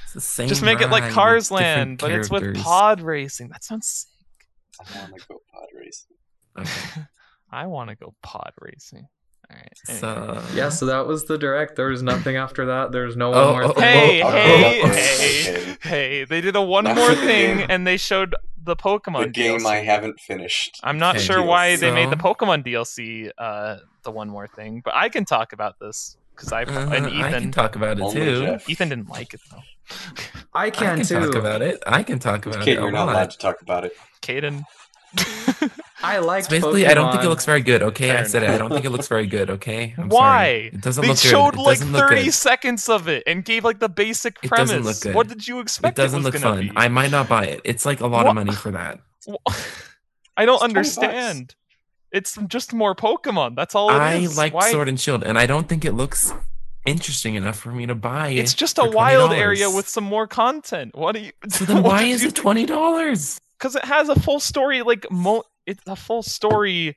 It's the *laughs* same Just make it ride like with Cars different Land, but it's with characters. pod racing. That sounds sick. I want to go pod racing. *laughs* Okay. *laughs* I want to go pod racing. All right. anyway. So Yeah, so that was the direct. There was nothing after that. There was no Oh, one more. oh, thing. hey, oh, hey, oh, hey, okay. hey! They did a one That's more the thing, game. and they showed the Pokemon the game DLC. I haven't finished. I'm not Thank sure you. why they made the So- Pokemon DLC uh, the one more thing, but I can talk about this because I uh, and I can Ethan talk about it Only too. Jeff. Ethan didn't like it though. I oh. I can can too. talk about it. I can talk about Kid, it. a you're not lot. allowed to talk about it. Caden. I It's liked basically, I don't think it Pokemon. looks very good. Okay, Fair I said it. I enough. don't think it looks very good. Okay, I'm why? sorry. It *laughs* doesn't They look good. showed It like doesn't look 30 good. seconds of it and gave like the basic It premise. doesn't look good. What did you It expect? doesn't was look gonna fun. Be? I might not buy it. It's like a lot What? of money for that. *laughs* I don't It's 20 bucks. understand. It's just more Pokemon. That's all it is. I like Why? Sword and Shield, and I don't think it looks interesting enough for me to buy it. It's just a for wild $20. area with some more content. What do you? *laughs* so then why is it twenty dollars? Because it has a full story. Like mo, it's a full story.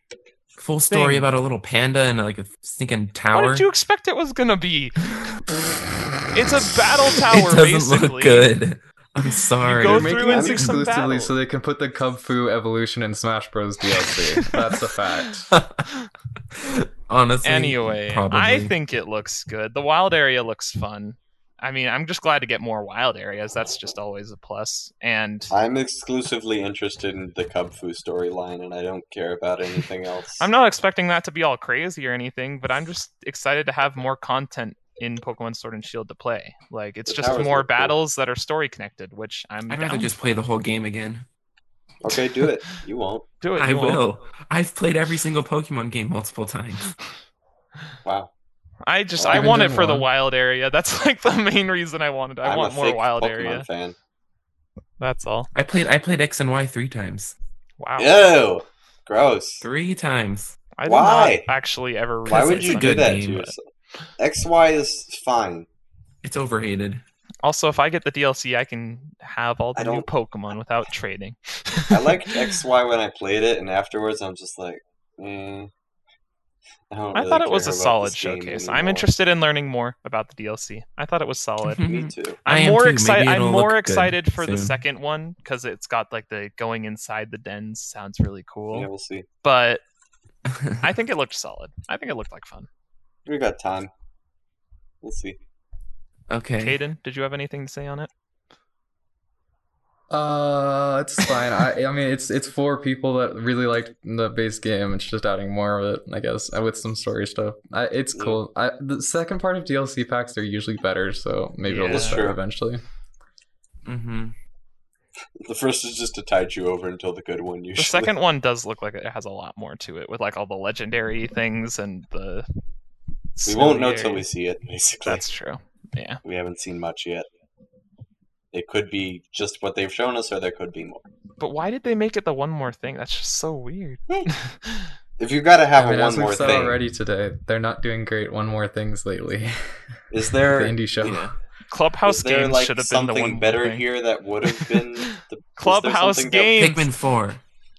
Full story Thing. about a little panda and like a stinking tower. What *laughs* did you expect it was gonna be? It's a battle tower. *laughs* it doesn't basically. look good. I'm sorry. go They're *laughs* through making and this do some exclusively battles. so they can put the Kung Fu Evolution in Smash Bros. DLC. That's a fact. Honestly, Anyway, probably. I think it looks good. The wild area looks fun. I mean, I'm just glad to get more wild areas. That's just always a plus. And I'm exclusively interested in the Kung Fu storyline, and I don't care about *laughs* anything else. I'm not expecting that to be all crazy or anything, but I'm just excited to have more content in Pokemon Sword and Shield to play. Like it's The just towers more look cool. battles that are story connected, which I'm I'd down rather just play the whole game again. Okay, do it. You won't. to do it. I you won't. will. I've played every single Pokemon game multiple times. *laughs* Wow. I just Well, I even want it Gen for the 1. wild area. *laughs* That's like the main reason I wanted. I am want a more fake wild Pokemon area. fan. That's all. I played I played X and Y three times. Wow. Ew. Gross. Three times. I did Why? not actually ever read Why would it's you a do good that to game, but- yourself? XY is fine. It's overhated. Also, if I get the DLC, I can have all I the new don't- Pokemon without trading. I *laughs* liked XY when I played it, and afterwards I'm just like, mm, I, don't I really thought it care was a about solid this game showcase. I'm anymore. interested in learning more about the DLC. I thought it was solid. Me too. I I'm am more too. excited. Maybe I'm it'll more look good excited for the soon. second one because it's got like the going inside the dens sounds really cool. Yeah, we'll see. But I think it looked solid. I think it looked like fun. We got time. We'll see. *laughs* okay. Caden, did you have anything to say on it? Uh, it's fine. I, I mean, it's it's for people that really liked the base game. It's just adding more of it, I guess, uh, with some story stuff. I, it's Yeah. cool. I, the second part of DLC packs are usually better, so maybe it'll Yeah. look better True. eventually. Mm-hmm. The first is just to tide you over until the good one. *laughs* Usually, The second one does look like it has a lot more to it with like all the legendary things and the. we won't know silly till we areas. see it. Basically, That's true. Yeah. we haven't seen much yet. It could be just what they've shown us, or there could be more. But why did they make it the one more thing? That's just so weird. Hmm. If you got to have I mean, a one as we've more said thing, already today, they're not doing great. One more things lately. *laughs* is the there indie show. Yeah. *laughs* Clubhouse is there games like should have been the something one better more thing. *laughs* here that would have been the Clubhouse something that- games. Pikmin four.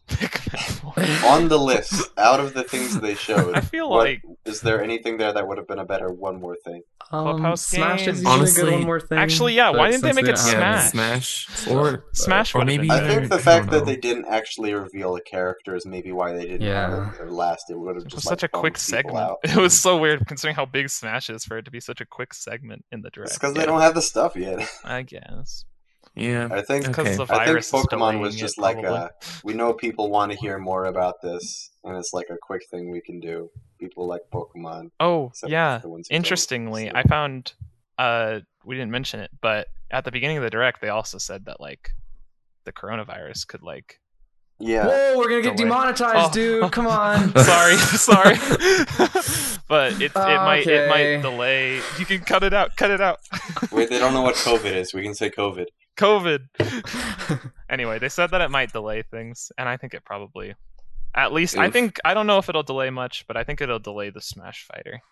*laughs* *laughs* on the list out of the things they showed? I feel what- like Is there anything there that would have been a better one more thing? Um, Clubhouse Smash is games. usually a Honestly- good one more thing. Actually, yeah, but why didn't they since make it don't have Yeah, Smash? Smash. stuff, Or uh, but- Smash or would maybe- have I been. Yeah, think the I fact don't that know. they didn't actually reveal a character is maybe why they didn't Yeah. have it there last. It would have It just was like, such a quick bummed people segment. out. *laughs* It was so weird considering how big Smash is for it to be such a quick segment in the direct. It's because Yeah, they don't have the stuff yet. *laughs* I guess. Yeah. I think Okay. Because the I think virus is Pokemon was delaying just it, like probably. a. We know people want to hear more about this, and it's like a quick thing we can do. People like Pokemon. Oh except yeah. the ones who don't. Interestingly, So- I found uh we didn't mention it, *laughs* but at the beginning of the direct they also said that like the coronavirus could like Yeah. Whoa, we're gonna get Don't worry. demonetized, Oh. *laughs* dude. Come on. sorry, *laughs* sorry. but it, it might it Okay. might delay. You can cut it out. Cut it out. Wait, they don't know what COVID is. We can say COVID. *laughs* COVID. anyway, they said that it might delay things, and I think it probably. At least I Oof. think I don't know if it'll delay much, but I think it'll delay the Smash Fighter.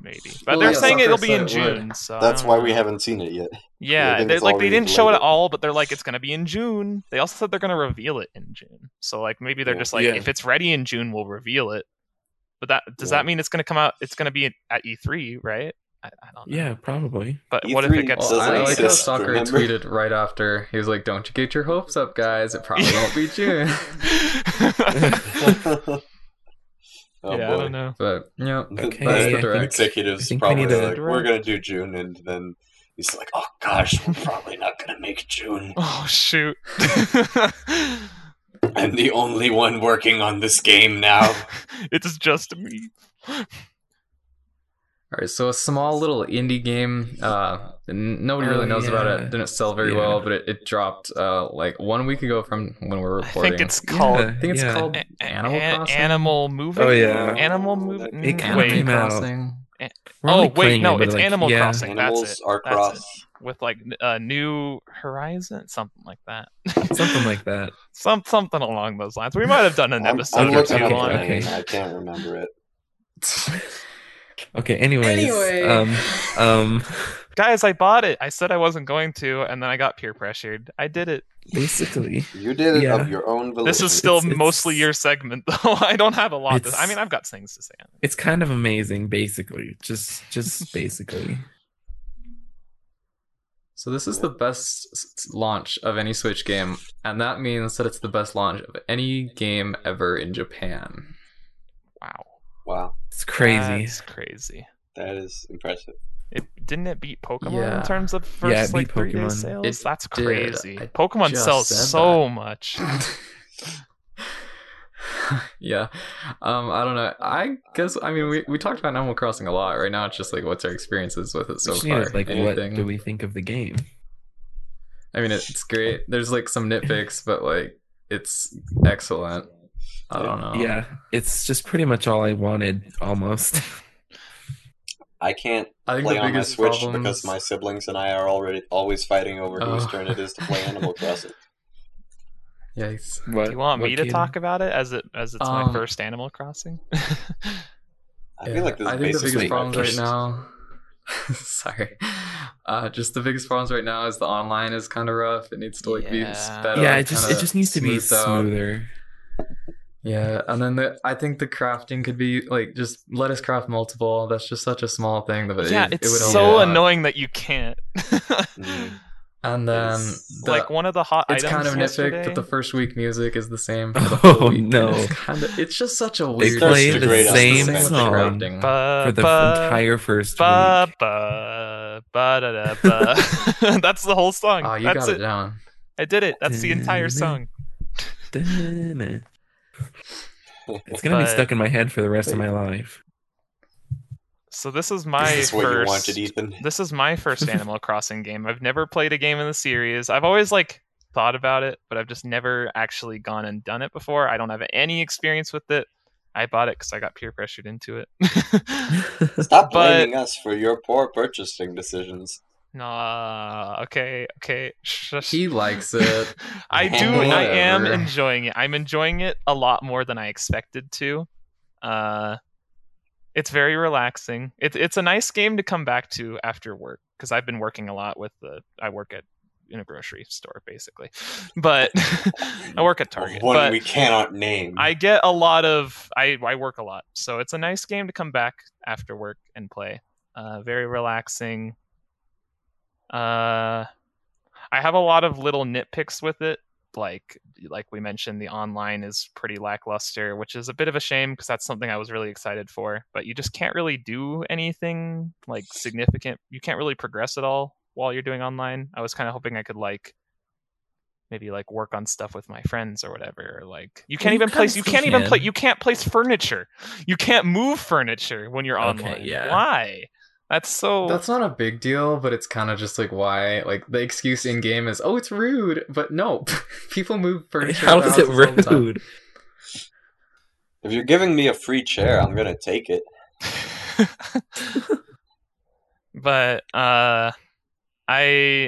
Maybe, but Well, they're yeah, saying it'll Sucker be in said it would. June. So I That's don't why know. we haven't seen it *laughs* yet. *laughs* I Yeah, think they, it's like they already didn't show it delayed. all, but they're like it's gonna be in June. They also said they're gonna reveal it in June. So like maybe they're Yeah. just like Yeah. if it's ready in June, we'll reveal it. But that does Yeah. that mean it's gonna come out? It's gonna be at E3, right? I, I don't know. Yeah, probably. But what if E E3 it *laughs* gets? Well, I Doesn't like how exist, Soccer remember? tweeted right after. He was like, "Don't you get your hopes up, guys. It probably won't be *laughs* June." oh Oh, *laughs* boy. yeah, I don't know. *laughs* But you know, Okay, that's I the think- direct. executives think we probably need to- like, we're gonna do June, and then he's like, oh *laughs* gosh, we're probably not gonna make June. Oh shoot. I'm the only one working on this game now. *laughs* it's just me. All right, so a small little indie game. Uh, n- nobody Oh, really knows about yeah. it. Didn't sell very Yeah. well, but it, it dropped uh, like one week ago from when we we're I recording. think it's called Yeah, I think it's yeah. called A- a- Animal an- Crossing. Animal Moving. Oh, yeah. Animal Moving. It kinda Wait, came out. We're Oh, only wait, playing no, but, it's Animal yeah. Crossing. That's Animals it. are That's cross. with like n- a new horizon, something like that. *laughs* Something like that. *laughs* Some something along those lines. We might have done an I'm- episode I'm, or looking two up on the it. okay. name. I can't remember it. Okay, anyways. Anyway. Um *laughs* um Guys, I bought it. I said I wasn't going to, and then I got peer pressured. I did it. basically You did it Yeah. of your own volition. This is still it's- mostly your segment, *laughs* though. I don't have a lot. To, I It's- mean, I've got things to say. On it. it's kind of amazing basically. Just just basically. So this is the best s- s- launch of any Switch game, and that means that it's the best launch of any game ever in Japan. *laughs* Wow, wow. It's crazy. That's crazy. That is impressive. It didn't it beat Pokemon Yeah. in terms of first Yeah, it like beat three day Pokemon. sales. It That's did. crazy. I Pokemon just sells said so much. yeah. Um, I don't know. I guess I mean we, we talked about Animal Crossing a lot. Right now it's just like what's our experiences with it so We just far. need to, like Anything. what do we think of the game? I mean it's great. There's like some nitpicks, but like it's excellent. I don't know. yeah, it's just pretty much all I wanted almost. *laughs* I can't I think play the on my biggest Switch problem because my siblings and I are already always fighting over whose Oh. turn it is to *laughs* play Animal Crossing. Yikes. what Do you want me to game? talk about it as it as it's my Um, first Animal Crossing? *laughs* I Yeah, feel like this I is think the basically biggest problems right just- now. *laughs* Sorry, uh, just the biggest problems right now is the online is kind of rough. It needs to like Yeah. be sped Yeah, up, it just it kinda just needs to be smoothed out. smoother. Yeah, and then the, I think the crafting could be like just let us craft multiple. That's just such a small thing, but yeah, it, it it's would help a so lot. annoying that you can't. *laughs* And then It's the- like one of the hot it's items kind of yesterday. nitpick that the first week music is the same. For *laughs* the whole Oh week. no. it's kind of it's just such a They weird. play That's the great same idea. with the song crafting. Ba- for the ba- entire first ba, week. ba, ba, da, da, ba. *laughs* That's the whole song. Oh, you That's got it it. *laughs* down. I did it. That's the entire song. Da-na. It's gonna be But- stuck in my head for the rest of my life. *laughs* So this is my is this what you first. wanted, *laughs* Ethan? this is *laughs* my first Animal Crossing game. I've never played a game in the series. I've always like thought about it, but I've just never actually gone and done it before. I don't have any experience with it. I bought it because I got peer pressured into it. *laughs* Stop But- blaming us for your poor purchasing decisions. Nah. Okay. Okay. Shush. *laughs* He likes it. I do. I am Whatever. enjoying it. I'm enjoying it a lot more than I expected to. Uh, it's very relaxing. It's it's a nice game to come back to after work because I've been working a lot with the. I work at in a grocery store basically, but *laughs* I work at Target. One but we cannot name. I get a lot of I, I work a lot, so it's a nice game to come back after work and play. Uh, very relaxing. Uh, I have a lot of little nitpicks with it, like like we mentioned, the online is pretty lackluster, which is a bit of a shame because that's something I was really excited for. But you just can't really do anything like significant. You can't really progress at all while you're doing online. I was kind of hoping I could like maybe like work on stuff with my friends or whatever or like you can't you even kinda place you still can't even can. play you can't place furniture you can't move furniture when you're Okay, online yeah. why That's so. That's not a big deal, but it's kind of just like why, like the excuse in game is, oh, it's rude, but no, *laughs* people move furniture. How in is their it houses all the time. rude? If you're giving me a free chair, I'm gonna take it. *laughs* but uh, I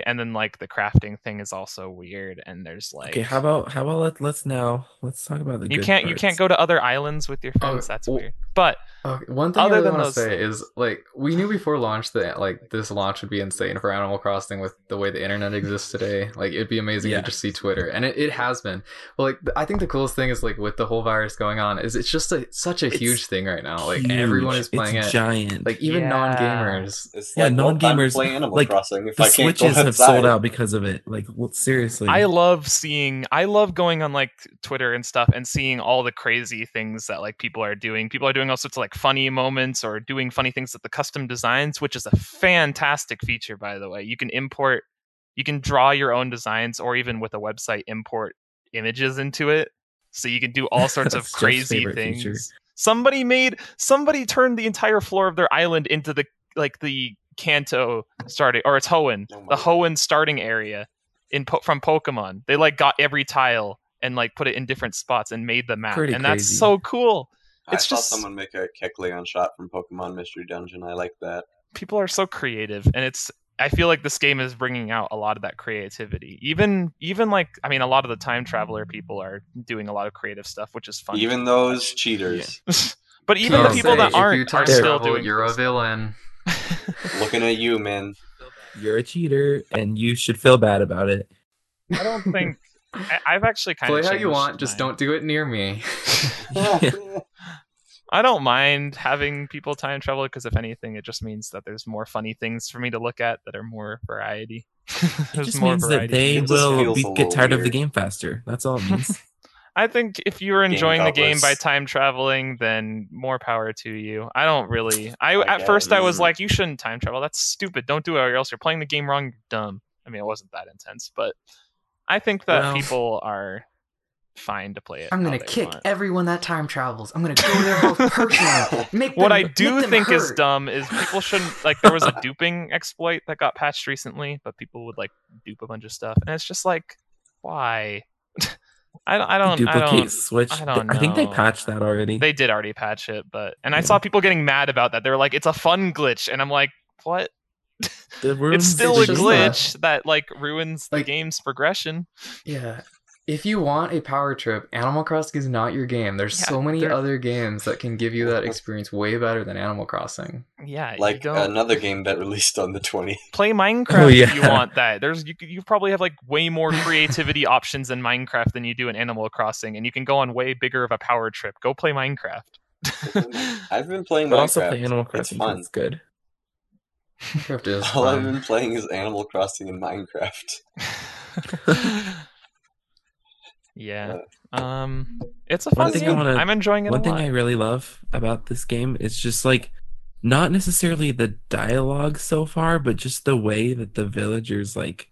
and then like the crafting thing is also weird, and there's like Okay, how about how about let, let's now let's talk about the you good can't you parts. can't go to other islands with your friends. That's w- weird. But *laughs* Okay, one thing Other I really than want to those- say is like we knew before launch that like this launch would be insane for Animal Crossing with the way the internet exists today. Like it'd be amazing Yeah. to just see Twitter, and it, it has been. But like th- I think the coolest thing is like with the whole virus going on is it's just a, such a It's huge thing right now. Like everyone Huge. is playing it's it. giant. Like even Yeah. non gamers. It's Yeah, like, well, I'm non-gamers, playing Animal like, Crossing. If the I can't go switches have outside, sold out because of it. Like well, seriously, I love seeing I love going on like Twitter and stuff and seeing all the crazy things that like people are doing. People are doing all sorts of like funny moments or doing funny things at the custom designs, which is a fantastic feature by the way. You can import you can draw your own designs or even with a website import images into it. So you can do all *laughs* sorts of That's Jeff's crazy favorite things. feature. Somebody made somebody turned the entire floor of their island into the like the Kanto starting or it's Hoenn, Oh my the God. Hoenn starting area in po- from Pokemon. They like got every tile and like put it in different spots and made the map, Pretty and crazy. that's so cool. I it's saw just- someone make a Kecleon shot from Pokemon Mystery Dungeon. I like that. People are so creative, and it's. I feel like this game is bringing out a lot of that creativity. Even even like I mean, a lot of the time traveler people are doing a lot of creative stuff, which is fun. Even those cheaters *laughs* but even the Can't people say that if you aren't time are still travel, doing. You're a villain. *laughs* looking at you, man. you're a cheater and you should feel bad *laughs* about it. I don't think I, I've actually kind Play of how you want, just don't do it near me. I don't mind having people time travel because if anything, it just means that there's more funny things for me to look at that are more variety. *laughs* It there's just more means that variety. they It just will feels be, a get little tired of the weird. game faster. That's *laughs* all it means. I think if you're Game enjoying the game goblets. by time traveling, then more power to you. I don't really. I, I at first I was guess. like, you shouldn't time travel. That's stupid. Don't do it, or else you're playing the game wrong. You're dumb. I mean, it wasn't that intense, but I think that Well- people are fine to play it. I'm gonna how they kick want. everyone that time travels. I'm gonna go their *laughs* house personally. Make what them- I make do them think is hurt. dumb is people shouldn't like there was a duping *laughs* exploit that got patched recently, but people would like dupe a bunch of stuff, and it's just like why? *laughs* I don't. I don't. I Duplicate don't. Switch. I don't think they know. patched that already. They did already patch it, but and I saw people getting mad about that. They were like, "It's a fun glitch," and I'm like, "What? The It's rooms- still a it's just a- glitch that like ruins the Like- game's progression." Yeah. If you want a power trip, Animal Crossing is not your game. There's Yeah, so many there- other games that can give you that experience way better than Animal Crossing. Yeah, you like uh, don't another game that released on the *laughs* 20th. play Minecraft if you Oh, yeah. want that. There's you, could- you probably have like way more creativity *laughs* options in Minecraft than you do in Animal Crossing, and you can go on way bigger of a power trip. Go play Minecraft. *laughs* I've been playing but Minecraft. also play Animal Crossing. Um, 'cause fun. It's good. Minecraft is *laughs* All I've fun. been playing is Animal Crossing and Minecraft. yeah. Um, it's a fun One thing thing I wanna- I'm enjoying it One a thing lot. I really love about this game is just like not necessarily the dialogue so far, but just the way that the villagers like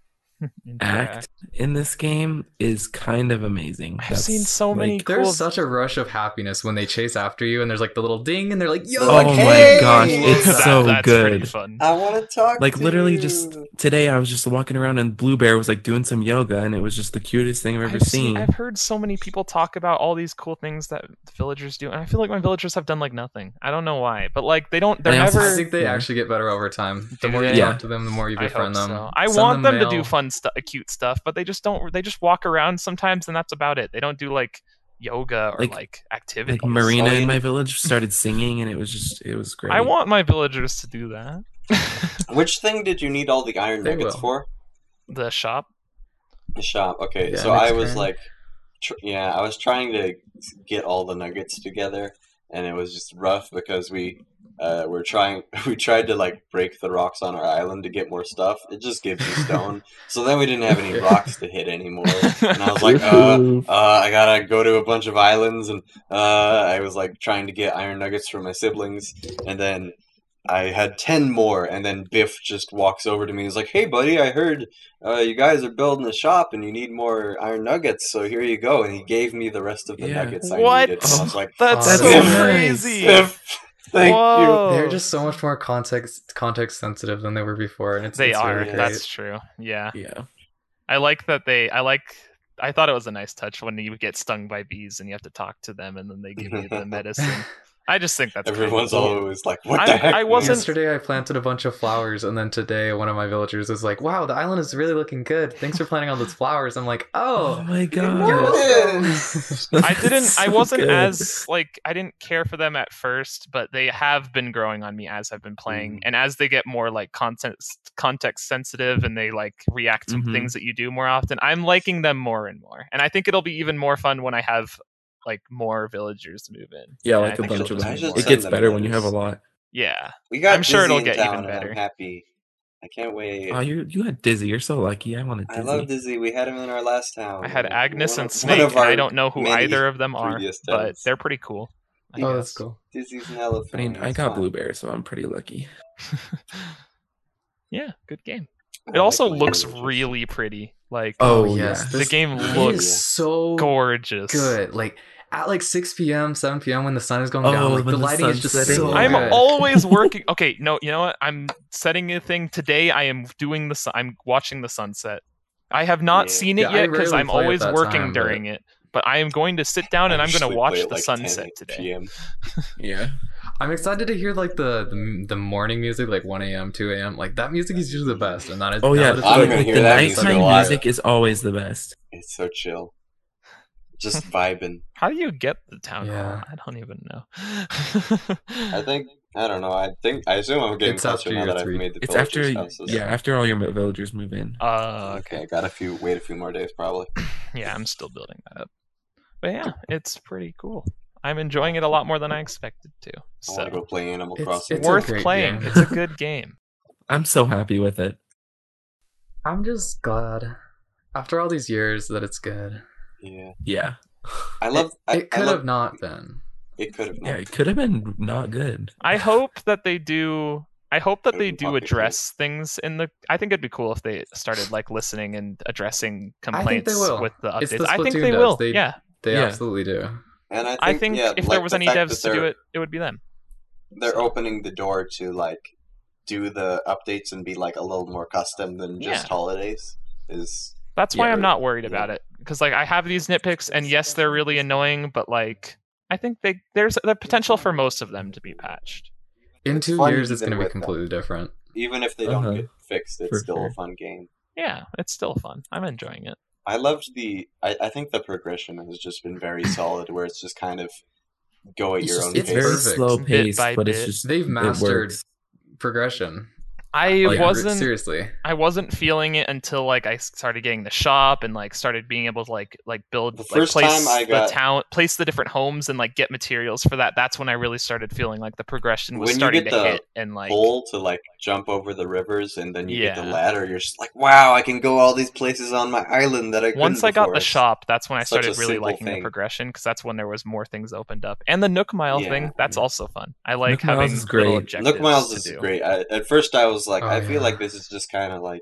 act in this game is kind of amazing. I've seen That's, so many like- cool. There's such a rush of happiness when they chase after you, and there's like the little ding, and they're like, "Yo!" Oh like, my "Hey!" gosh, it's That- so that's Pretty good. fun. I want to talk. Like to literally you. just today I was just walking around and Blue Bear was like doing some yoga and it was just the cutest thing I've ever I've, seen. seen, I've heard so many people talk about all these cool things that villagers do, and I feel like my villagers have done like nothing. I don't know why, but like they don't. They're I also never. I think they Yeah. actually get better over time. The Do more you they? Yeah. talk to them, the more you I hope befriend them. so. I Send want them, to do mail. fun stuff, cute stuff, but they just don't. They just walk around sometimes, and that's about it. They don't do like yoga or like, Like- activities. like Marina Oh, yeah. in my village started singing and it was just it was great. I want my villagers to *laughs* do that. Which thing did you need all the iron They nuggets will. for? the shop. The shop. Okay, Yeah, so I next was turn. like, tr- yeah, I was trying to get all the nuggets together, and it was just rough because we uh, were trying. *laughs* We tried to like break the rocks on our island to get more stuff. It just gives you *laughs* stone. so then we didn't have any rocks to hit anymore, and I was *laughs* like, uh, Ooh. Uh, I gotta go to a bunch of islands, and uh, I was like trying to get iron nuggets for my siblings, and then I had ten more, and then Biff just walks over to me. and is like, "Hey, buddy, I heard uh, you guys are building a shop, and you need more iron nuggets, so here you go." And he gave me the rest of the Yeah. nuggets I What? *laughs* needed. And I was like, That's That's so so nice. crazy. "Biff, Thank Whoa. They're just so much more context context sensitive than they were before, and it's they it's are. really great. *laughs* That's true. Yeah. Yeah. I like that they. I like. I thought it was a nice touch when you get stung by bees and you have to talk to them, and then they give you the medicine. I just think that's you. cool. Everyone's always like, "What I- the heck?" I wasn't- Yesterday, I planted a bunch of flowers, and then today, one of my villagers was like, "Wow, the island is really looking good. Thanks for planting all those flowers." I'm like, Oh "Oh, my you're god. *laughs* *laughs* welcome." *laughs* I didn't. So I wasn't good. as like. I didn't care for them at first, but they have been growing on me as I've been Mm. playing, and as they get more like content context sensitive, and they like react to Mm-hmm. Mhm. things that you do more often. I'm liking them more and more, and I think it'll be even more fun when I have like more villagers move in. Yeah, And like I a think it'll bunch just of them. be I more- just- It Send gets them better when you letters. have a lot. yeah. we got I'm sure it'll Dizzy in get even town, and I'm better. happy. I can't wait. Oh, you you had dizzy. You're so lucky. I wanted I dizzy. love Dizzy. We had him in our last town. I had Agnes Oh, One and of- one Snake. of and our I don't know who many either of them are, previous but talents. they're pretty cool. I oh, that's guess. cool. Dizzy's an elephant. I mean, I it's got fine. blueberry, so I'm pretty lucky. *laughs* yeah, good game. I It also Oh, like looks blueberries. really pretty. Like Oh, Oh, yes. yes. the this game It is looks so gorgeous. good. Like at like 6 p.m., 7 p.m. when the sun is going Oh, down, like the when the lighting is sun's just setting. so. Oh, I'm good. always working. Okay, no, you know what? I'm setting a thing today. I am doing the. sun- I'm watching the sunset. I have not Yeah. seen it Yeah, I yet because rarely I'm play at always that working time, but- during it. But I am going to sit down and I I'm going usually to play watch at, the like, 10 sunset today. PM. Yeah. I'm excited to hear like the the, the morning music, like 1 a.m., 2 a.m. Like that music is usually the best, and that is. Oh yeah. that is I'm like, gonna like, hear the that music a nighttime lot. music is always the best. It's so chill. *laughs* Just vibing. How do you get the town Yeah. hall? I don't even know. *laughs* I think I don't know. I think I assume I'm getting It's closer after now your that three- I've made the It's after villagers' houses. yeah, after all your mi- villagers move in. uh, Okay, I got a few. Wait a few more days, probably. yeah, I'm still building that up. But yeah, it's pretty cool. I'm enjoying it a lot more than I expected to. I want to So go play Animal It's- Crossing. it's a worth great playing. game. *laughs* It's a good game. I'm so happy with it. I'm just glad after all these years that it's good. yeah, Yeah. I love. I, it I could love- have not been. It could have. Yeah, not. it could have been not good. I hope that they do. I hope that they Open do pocket address things in the. I think it'd be cool if they started like listening and addressing they complaints will. with the It's updates. the I think Splatoon they devs. will. They- yeah, They Yeah. absolutely do. And I think, I think yeah, if like there was the any fact devs that to do they're- it, it would be them. they're opening the door to like do the updates and be like a little more custom than just Yeah. holidays. Is That's why Yeah. I'm not worried Yeah. about it because like I have these nitpicks, and yes, they're really annoying, but like I think they there's the potential for most of them to be patched. In two fun years, it's even going to be with that. completely different. even if they don't Uh-huh. get fixed, it's For still a sure. fun game. Yeah, it's still fun. I'm enjoying it. I loved the. I, I think the progression has just been *coughs* very solid, where it's just kind of go at It's, your just, own it's pace. very Perfect. slow Bit paced, by but bit. it's just They've mastered works. progression. Oh, I Like, wasn't seriously. I wasn't feeling it until like I started getting the shop and like started being able to like like build The like first place time I the got- town place the different homes and like get materials for that. That's when I really started feeling like the progression was When you starting get to the hit and like Goal to like jump over the rivers, and then you get the Yeah. ladder. You're just like, wow, I can go all these places on my island that I. once couldn't I got before." the It's- shop, that's when I such a started really simple liking the thing. progression because that's when there was more things opened up. And the Nook Mile Yeah. thing, that's also fun. I like Nook Miles having is little great. objectives. Nook Miles to is do. great. I, at first, I was like, Oh, I feel yeah. like this is just kind of like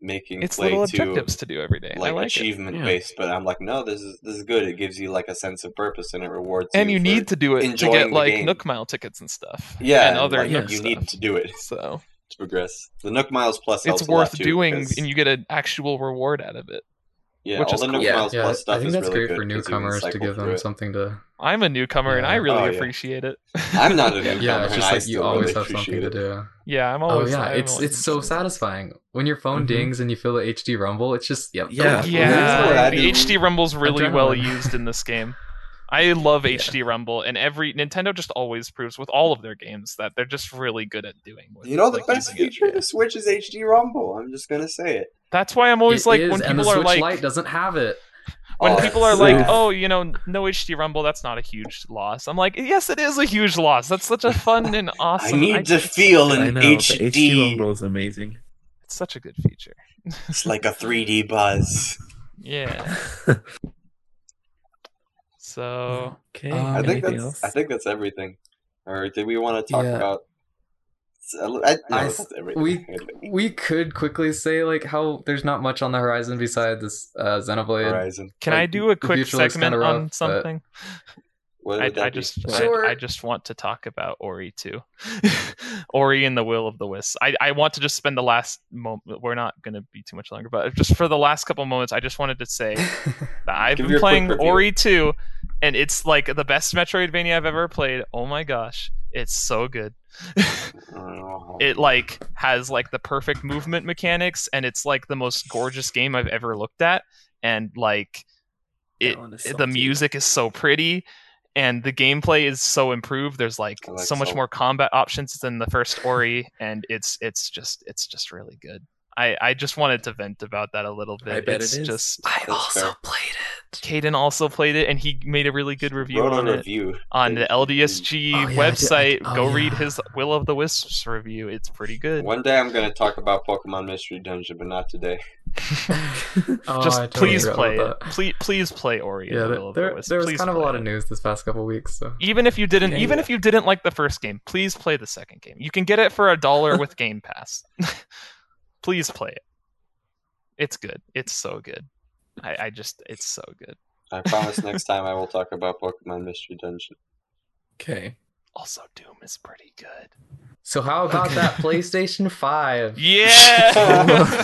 making It's play little to objectives to do every day. I like, like it. achievement Yeah. based, but I'm like, no, this is this is good. It gives you like a sense of purpose and it rewards And you for- need to do it to enjoying get the like game. Nook Mile tickets and stuff. yeah, and other like, Nook you stuff. need to do it *laughs* so to progress. The Nook Miles Plus helps it's a lot worth too, doing, 'cause- and you get an actual reward out of it. yeah, which all is the Nook cool. Yeah. Miles Yeah, Plus stuff I think is that's really great for good 'cause you can newcomers to cycle give them through it. something to. I'm a newcomer and I Yeah. really Oh, yeah. appreciate it. I'm *laughs* not a newcomer. Yeah, it's and just I like you still always really have something appreciate to it. do. yeah, I'm Oh always. yeah, I'm it's always it's so enjoying it. satisfying when your phone Mhm. dings and you feel the HD rumble. It's just yep, cool. Yeah. That's what Yeah, I the do. HD Rumble's really well Adrenaline. used in this game. I love HD Rumble, and every Nintendo just always proves with all of their games that they're just really good at doing. With You know it, the like, best using it. feature of the Switch is HD Rumble. I'm just gonna say it. That's why I'm always It like is, when and the people are Switch like Lite doesn't have it. when Oh, people are that's like, sad. "Oh, you know, no HD Rumble, that's not a huge loss." I'm like, "Yes, it is a huge loss. That's such a fun and I awesome. need to just- feel I an know the HD HD. rumble is amazing. It's such a good feature. It's like a 3D *laughs* buzz. Yeah. So okay. Um, I think anything that's else? I think that's everything. Or did we want to talk Yeah. about? I, I, no, I- that's everything. *laughs* we- We could quickly say like how there's not much on the horizon besides this uh, Xenoblade. *laughs* Horizon. can I Like, do a the quick future looks segment kinda rough, on but- something? What I, would that I be? just Sure. I, I just want to talk about Ori too, *laughs* Ori and the Will of the Wisps. I, I want to just spend the last moment. We're not going to be too much longer, but just for the last couple moments, I just wanted to say that I've Give been your quick playing review. Ori two, and it's like the best Metroidvania I've ever played. Oh my gosh, it's so good. *laughs* Oh. it like has like the perfect movement mechanics and it's like the most gorgeous game i've ever looked at and like it That one is the salty. music is so pretty and the gameplay is so improved there's like, I like so much salt. more combat options than the first ori and it's it's just it's just really good i i just wanted to vent about that a little bit I bet it's it is. just I also fair. played *laughs* Caden also played it and he made a really good review Wrote on a it review. on the LDSG Oh, yeah, I did- I- website. oh, Go yeah. read his Will of the Wisps review. It's pretty good. One day I'm gonna talk about Pokemon Mystery Dungeon, but not today. Oh, just I totally please forgot play about it. that. Please, please play Ori. and Yeah, the there, Will of the there, Wisps. there was Please kind of a play lot it. of news this past couple weeks. So Even if you didn't, Yeah, even yeah. if you didn't like the first game, please play the second game. You can get it for a *laughs* dollar with Game Pass. *laughs* please play it. It's good. It's so good. I, I just, it's so good. I promise next time I will talk about Pokemon Mystery Dungeon. *laughs* Okay. Also, Doom is pretty good. So how about Okay. that PlayStation 5? *laughs* Yeah. well,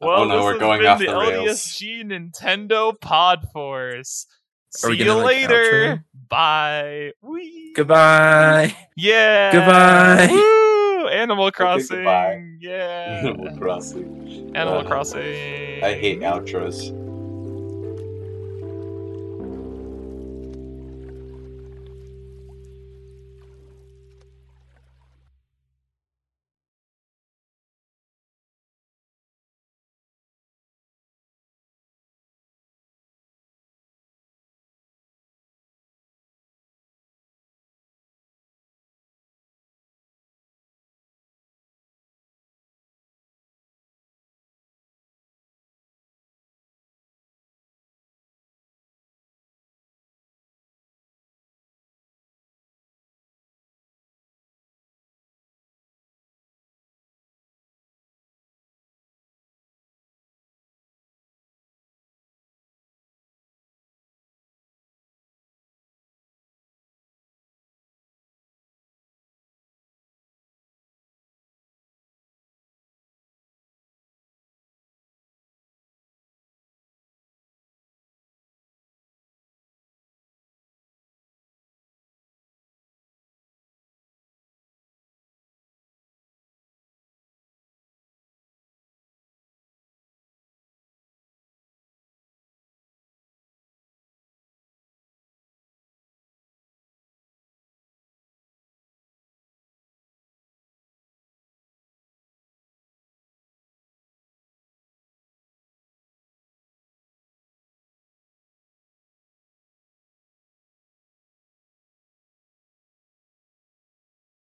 Oh, no, this we're has going been off the the rails. LDSG Nintendo Pod Force. Are See we you gonna, like, later. Bye. Whee. Goodbye. Yeah. Goodbye. Woo! Animal Crossing. goodbye. Yeah. *laughs* Animal Crossing. Animal Uh, Crossing. I hate outros.